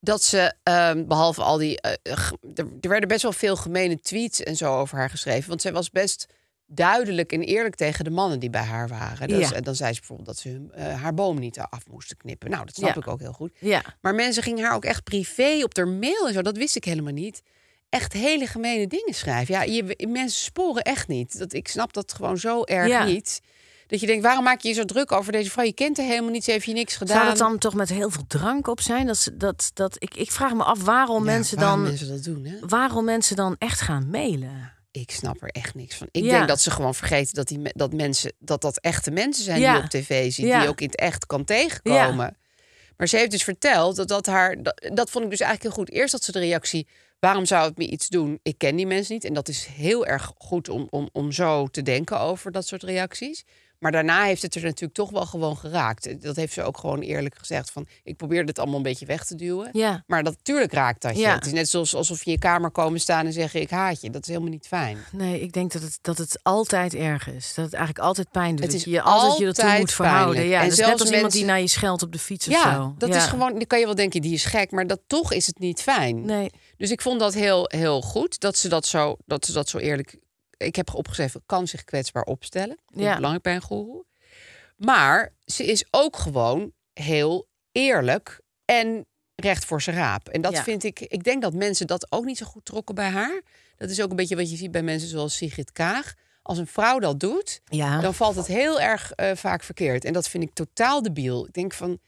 B: dat ze, ehm, behalve al die. eh, g- er, er werden best wel veel gemene tweets en zo over haar geschreven. Want zij was best duidelijk en eerlijk tegen de mannen die bij haar waren. Dus,
C: Ja.
B: eh, Dan zei ze bijvoorbeeld dat ze hun, eh, haar boom niet af moesten knippen. Nou, dat snap
C: Ja.
B: ik ook heel goed.
C: Ja.
B: Maar mensen gingen haar ook echt privé op haar mail en zo. Dat wist ik helemaal niet. Echt hele gemene dingen schrijven. Ja, je, mensen sporen echt niet. Dat, ik snap dat gewoon zo erg
C: Ja.
B: niet. Dat je denkt, waarom maak je je zo druk over deze vrouw? Je kent haar helemaal niet, ze heeft je niks gedaan.
C: Zou dat dan toch met heel veel drank op zijn? Dat, ze- dat, dat, ik, ik vraag me af waarom,
B: Ja,
C: mensen
B: waarom
C: dan,
B: mensen dat doen, hè?
C: waarom mensen dan echt gaan mailen.
B: Ik snap er echt niks van. Ik
C: Ja.
B: denk dat ze gewoon vergeten dat, die, me- dat, mensen, dat dat echte mensen zijn die
C: Ja.
B: je op tv ziet.
C: Ja.
B: Die je ook in het echt kan tegenkomen. Maar ze heeft dus verteld dat dat haar... Dat, dat vond ik dus eigenlijk heel goed. Eerst had ze de reactie, waarom zou het me iets doen? Ik ken die mensen niet. En dat is heel erg goed om, om, om zo te denken over dat soort reacties. Maar daarna heeft het er natuurlijk toch wel gewoon geraakt. Dat heeft ze ook gewoon eerlijk gezegd. Van, ik probeerde het allemaal een beetje weg te duwen.
C: Ja.
B: Maar dat, natuurlijk raakt dat je.
C: Ja.
B: Het is net zoals, alsof je in je kamer komen staan en zeggen... ik haat je. Dat is helemaal niet fijn.
C: Nee, ik denk dat het, dat het altijd erg is. Dat het eigenlijk altijd pijn doet.
B: Het is
C: dat je je altijd je ertoe
B: altijd
C: moet verhouden.
B: pijnlijk.
C: Ja,
B: En
C: dat is net als
B: zelfs
C: iemand die
B: mensen-
C: naar je scheldt op de fiets of
B: Ja,
C: zo.
B: dat
C: Ja.
B: is gewoon... Dan kan je wel denken, die is gek. Maar dat toch is het niet fijn.
C: Nee.
B: Dus ik vond dat heel, heel goed. Dat ze dat zo, dat ze dat zo eerlijk... Ik heb opgeschreven, kan zich kwetsbaar opstellen. Vind ik
C: Ja.
B: belangrijk bij een goeroe. Maar ze is ook gewoon heel eerlijk en recht voor zijn raap. En dat
C: Ja.
B: vind ik... Ik denk dat mensen dat ook niet zo goed trokken bij haar. Dat is ook een beetje wat je ziet bij mensen zoals Sigrid Kaag. Als een vrouw dat doet,
C: Ja.
B: dan valt het heel erg eh, vaak verkeerd. En dat vind ik totaal debiel. Ik denk van,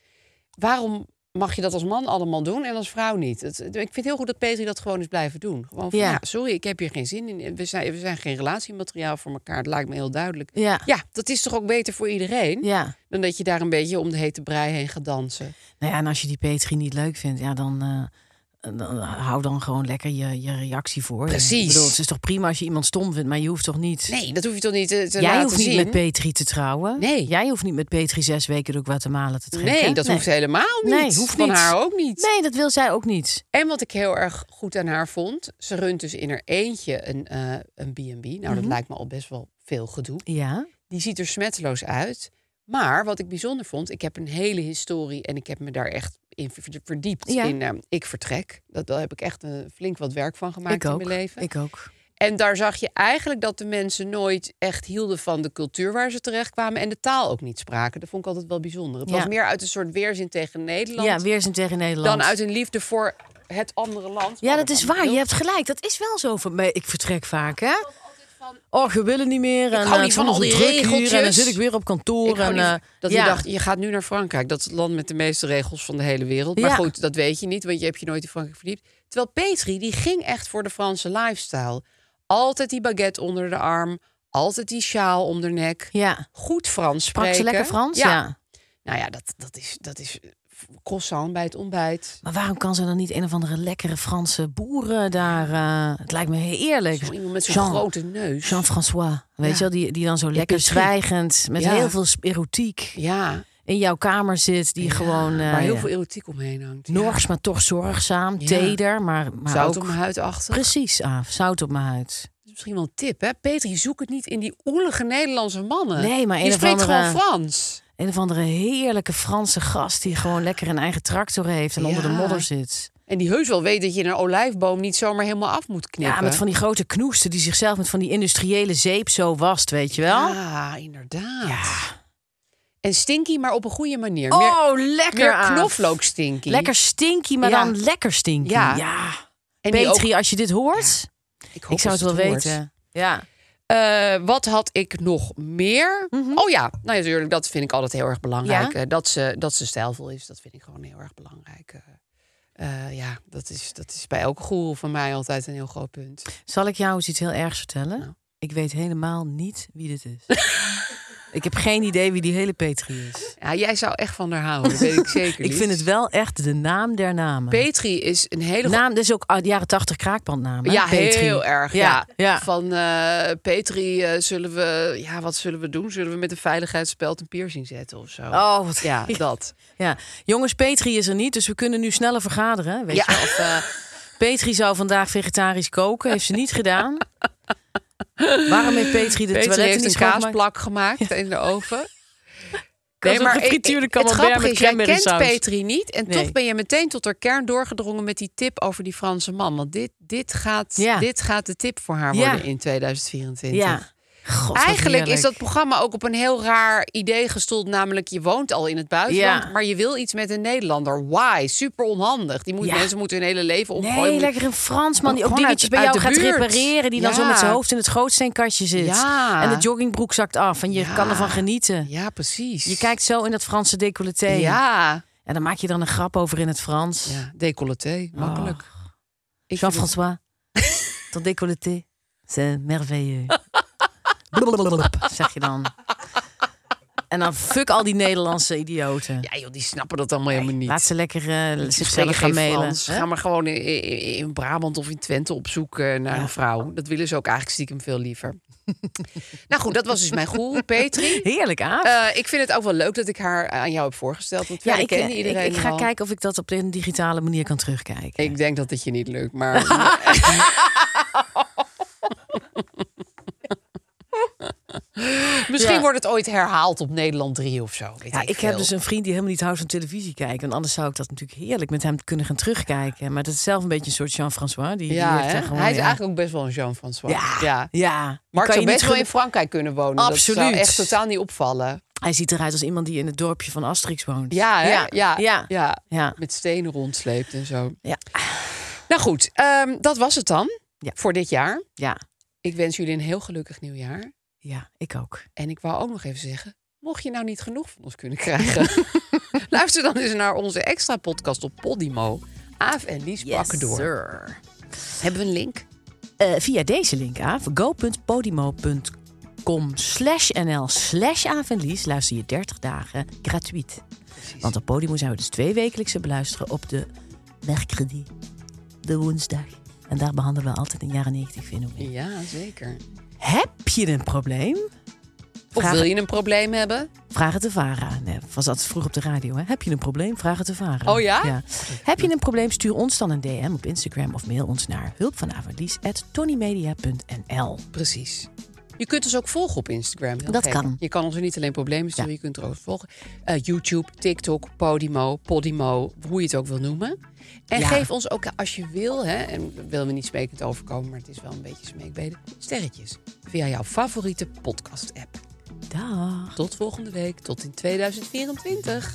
B: waarom mag je dat als man allemaal doen en als vrouw niet? Het, ik vind het heel goed dat Petri dat gewoon is blijven doen. Gewoon van, ja.
C: Ja.
B: sorry, ik heb hier geen zin in. We zijn, we zijn geen relatiemateriaal voor elkaar, dat lijkt me heel duidelijk.
C: Ja.
B: Ja, dat is toch ook beter voor iedereen?
C: ja.
B: Dan dat je daar een beetje om de hete brei heen gaat dansen.
C: Nou ja, en als je die Petri niet leuk vindt, ja, dan, eh, dan hou dan gewoon lekker je, je reactie voor.
B: Precies.
C: Ik bedoel, het is toch prima als je iemand stom vindt, maar je hoeft toch niet.
B: Nee, dat hoef je toch niet eh, te
C: Jij
B: laten
C: hoeft niet
B: zien?
C: met Petri te trouwen.
B: Nee.
C: Jij hoeft niet met Petri zes weken door Guatemala te trekken.
B: Nee, dat hoeft helemaal niet.
C: Nee, hoeft
B: Van
C: niet.
B: haar ook niet.
C: Nee, dat wil zij ook niet.
B: En wat ik heel erg goed aan haar vond, ze runt dus in haar eentje een, eh, een B&B. Nou,
C: Mhm.
B: dat lijkt me al best wel veel gedoe.
C: Ja.
B: Die ziet er smetteloos uit. Maar wat ik bijzonder vond, ik heb een hele historie en ik heb me daar echt in ver- verdiept
C: Ja.
B: in eh, Ik Vertrek. Dat, daar heb ik echt eh, flink wat werk van gemaakt
C: ik
B: in
C: ook.
B: mijn leven.
C: Ik ook.
B: En daar zag je eigenlijk dat de mensen nooit echt hielden van de cultuur waar ze terecht kwamen en de taal ook niet spraken. Dat vond ik altijd wel bijzonder. Het
C: Ja.
B: was meer uit een soort weerzin tegen Nederland
C: Ja, weerzin tegen Nederland.
B: dan uit een liefde voor het andere land.
C: Ja,
B: Maar
C: dat is
B: kan
C: waar. Je
B: heel
C: hebt gelijk. Dat is wel zo. Van, maar ik vertrek vaak, hè? Och, we willen niet meer. en, eh,
B: hou niet
C: het is
B: van al
C: allemaal
B: die
C: zo druk hier, En dan
B: regeltjes.
C: zit ik weer op kantoor.
B: Ik
C: en,
B: gewoon niet-
C: eh,
B: dat
C: ja.
B: je dacht, je gaat nu naar Frankrijk. Dat is het land met de meeste regels van de hele wereld. Maar
C: Ja.
B: goed, dat weet je niet, want je hebt je nooit in Frankrijk verdiept. Terwijl Petri, die ging echt voor de Franse lifestyle. Altijd die baguette onder de arm. Altijd die sjaal om de nek.
C: Ja.
B: Goed Frans
C: Sprak
B: spreken.
C: ze lekker Frans? ja.
B: Nou ja, dat, dat, is, dat is croissant bij het ontbijt.
C: Maar waarom kan ze dan niet een of andere lekkere Franse boeren daar... eh, het lijkt me heerlijk.
B: Zo iemand met zo'n
C: Jean-
B: grote neus.
C: Jean-François, weet
B: Ja.
C: je wel, die, die dan zo lekker
B: Petrie.
C: zwijgend... met
B: Ja.
C: heel veel sp- erotiek
B: ja,
C: in jouw kamer zit, die
B: Ja,
C: gewoon... eh,
B: waar heel veel erotiek omheen hangt.
C: Nors, maar toch zorgzaam,
B: Ja.
C: teder, maar,
B: ja.
C: maar
B: Zout
C: ook...
B: op mijn huid achter.
C: Precies, Aaf. Zout op mijn huid.
B: Dat is misschien wel een tip, hè? Petri, zoek het niet in die oelige Nederlandse mannen.
C: Nee, maar een
B: Je
C: of
B: spreekt gewoon
C: andere-
B: Frans.
C: Een of andere heerlijke Franse gast die gewoon lekker een eigen tractor heeft en onder de
B: Ja.
C: modder zit.
B: En die heus wel weet dat je een olijfboom niet zomaar helemaal af moet knippen.
C: Ja, met van die grote knoesten die zichzelf met van die industriële zeep zo wast, weet je wel?
B: Ja, inderdaad. En stinky, maar op een goede manier.
C: Oh, lekker
B: meer
C: Aaf.
B: knoflook stinky.
C: Lekker stinky, maar
B: Ja.
C: dan lekker stinky. Ja.
B: Ja. en die
C: Petri,
B: ook-
C: als je dit hoort,
B: ik, hoop
C: ik zou
B: dat
C: het
B: ze
C: wel
B: hoort.
C: weten. Ja.
B: Eh, wat had ik nog meer? Oh ja, nou ja, natuurlijk, dat vind ik altijd heel erg belangrijk.
C: Mhm. Ja.
B: Eh, dat, ze, dat ze stijlvol is, dat vind ik gewoon heel erg belangrijk. Eh, eh, ja, dat is, dat is bij elke goeroe van mij altijd een heel groot punt.
C: Zal ik jou eens iets heel ergs vertellen?
B: Nou.
C: Ik weet helemaal niet wie dit is. ik heb geen idee wie die hele Petri is.
B: Ja, jij zou echt van haar houden, dat weet ik zeker
C: Ik
B: Lies.
C: vind het wel echt de naam der namen.
B: Petri is een hele
C: Naam, dus ook uit de jaren tachtig kraakbandnaam. hè?
B: Ja,
C: Petri.
B: heel erg. Ja.
C: ja.
B: Van eh, Petri eh, zullen we... Ja, wat zullen we doen? Zullen we met een veiligheidsspeld een piercing zetten of zo?
C: Oh, wat
B: Ja,
C: gek.
B: dat.
C: Ja. Jongens, Petri is er niet, dus we kunnen nu sneller vergaderen. Weet
B: Ja.
C: je? Of, eh, Petri zou vandaag vegetarisch koken, heeft ze niet gedaan. Waarom heeft Petri de
B: Petri
C: toiletten
B: heeft een
C: niet schoongemaakt?
B: kaasplak gemaakt in de oven.
C: Kan zo'n gefrituurde
B: ik- het
C: camembert
B: grappige
C: met
B: is, jij
C: cranberry
B: kent
C: saus.
B: Petri niet. En
C: Nee.
B: toch ben je meteen tot haar kern doorgedrongen met die tip over die Franse man. Want dit, dit, gaat,
C: Ja.
B: dit gaat de tip voor haar
C: Ja.
B: worden in 2024.
C: Ja. God, wat
B: Eigenlijk is
C: heerlijk.
B: dat programma ook op een heel raar idee gestoeld. Namelijk, je woont al in het buitenland,
C: Ja.
B: maar je wil iets met een Nederlander. Why? Super onhandig. Die moet,
C: Ja.
B: Mensen moeten hun hele leven omgooien.
C: Nee,
B: Moet-
C: lekker een Fransman die ook
B: Gewoon
C: dingetjes
B: uit-
C: bij
B: uit
C: jou
B: de
C: gaat
B: buurt.
C: repareren. Die dan zo
B: Ja.
C: met zijn hoofd in het gootsteen-kastje zit.
B: Ja.
C: En de joggingbroek zakt af en je
B: Ja.
C: kan ervan genieten.
B: Ja, precies.
C: Je kijkt zo in dat Franse decolleté.
B: Ja.
C: En dan maak je dan een grap over in het Frans.
B: ja, decolleté, makkelijk.
C: Oh.
B: Ik vind het-
C: Jean-François, ton décolleté, c'est merveilleux. Blablabla, zeg je dan. En dan fuck al die Nederlandse idioten.
B: Ja, joh, die snappen dat allemaal helemaal niet.
C: Laat ze lekker eh,
B: Ze
C: zichzelf
B: spreken
C: gaan
B: geen
C: mailen.
B: Frans.
C: hè?
B: Ga maar gewoon in, in- in Brabant of in Twente op zoek eh, naar een vrouw. Dat willen ze ook eigenlijk stiekem veel liever. nou goed, dat was dus mijn goeroe, Petri.
C: Heerlijk, Aaf.
B: Eh, ik vind het ook wel leuk dat ik haar eh, aan jou heb voorgesteld. Want ja, ik ken
C: ik,
B: iedereen.
C: ik ga
B: al.
C: kijken of ik dat op een digitale manier kan terugkijken.
B: Ik denk dat het je niet lukt, maar. Misschien
C: Ja.
B: wordt het ooit herhaald op Nederland 3 of zo. Weet
C: ja,
B: ik
C: ik heb
B: veel.
C: dus een vriend die helemaal niet houdt van televisie kijken. Want anders zou ik dat natuurlijk heerlijk met hem kunnen gaan terugkijken. Maar dat is zelf een beetje een soort Jean-François. Die, die
B: Ja,
C: heeft
B: hè?
C: daar gewoon,
B: hij is
C: ja.
B: eigenlijk ook best wel een Jean-François.
C: Ja,
B: ja.
C: ja.
B: Mark
C: Kan
B: zou
C: je niet
B: best wel
C: geno-
B: in Frankrijk kunnen wonen. Dat zou
C: Absoluut.
B: echt totaal niet opvallen.
C: Hij ziet eruit als iemand die in het dorpje van Asterix woont.
B: Ja, hè?
C: ja,
B: Ja, ja,
C: ja. Ja.
B: Met stenen rondsleept en zo.
C: Ja.
B: Nou goed, ehm, dat was het dan
C: Ja.
B: voor dit jaar.
C: Ja.
B: Ik wens jullie een heel gelukkig nieuwjaar.
C: Ja, ik ook.
B: En ik wou ook nog even zeggen, mocht je nou niet genoeg van ons kunnen krijgen, luister dan eens naar onze extra podcast op Podimo. Aaf en Lies pakken door. Hebben we een link?
C: Eh, via deze link, Aaf, go.podimo.com slash nl slash Aaf en Lies luister je 30 dagen gratuit. Want op Podimo zijn we dus twee wekelijkse beluisteren op de mercredi, de woensdag. En daar behandelen we altijd een jaren 90 fenomeen.
B: Ja, zeker.
C: Heb je een probleem?
B: Of
C: Vraag-
B: wil je een probleem hebben?
C: Vraag het de VARA. Nee, was dat vroeg op de radio, hè? Heb je een probleem? Vraag het de VARA.
B: Oh ja?
C: Heb je een probleem? Stuur ons dan een DM op Instagram of mail ons naar hulpvanavondlies.tonymedia.nl.
B: Precies. Je kunt ons ook volgen op Instagram. Heel
C: Dat
B: gek.
C: kan.
B: Je kan ons er niet alleen problemen sturen, je kunt er ook volgen. Eh, YouTube, TikTok, Podimo, Podimo, hoe je het ook wil noemen. En
C: Ja.
B: geef ons ook, als je wil, hè, en dat willen we niet smekend overkomen, maar het is wel een beetje smeekbeden, sterretjes via jouw favoriete podcast-app.
C: Dag.
B: Tot volgende week, tot in 2024.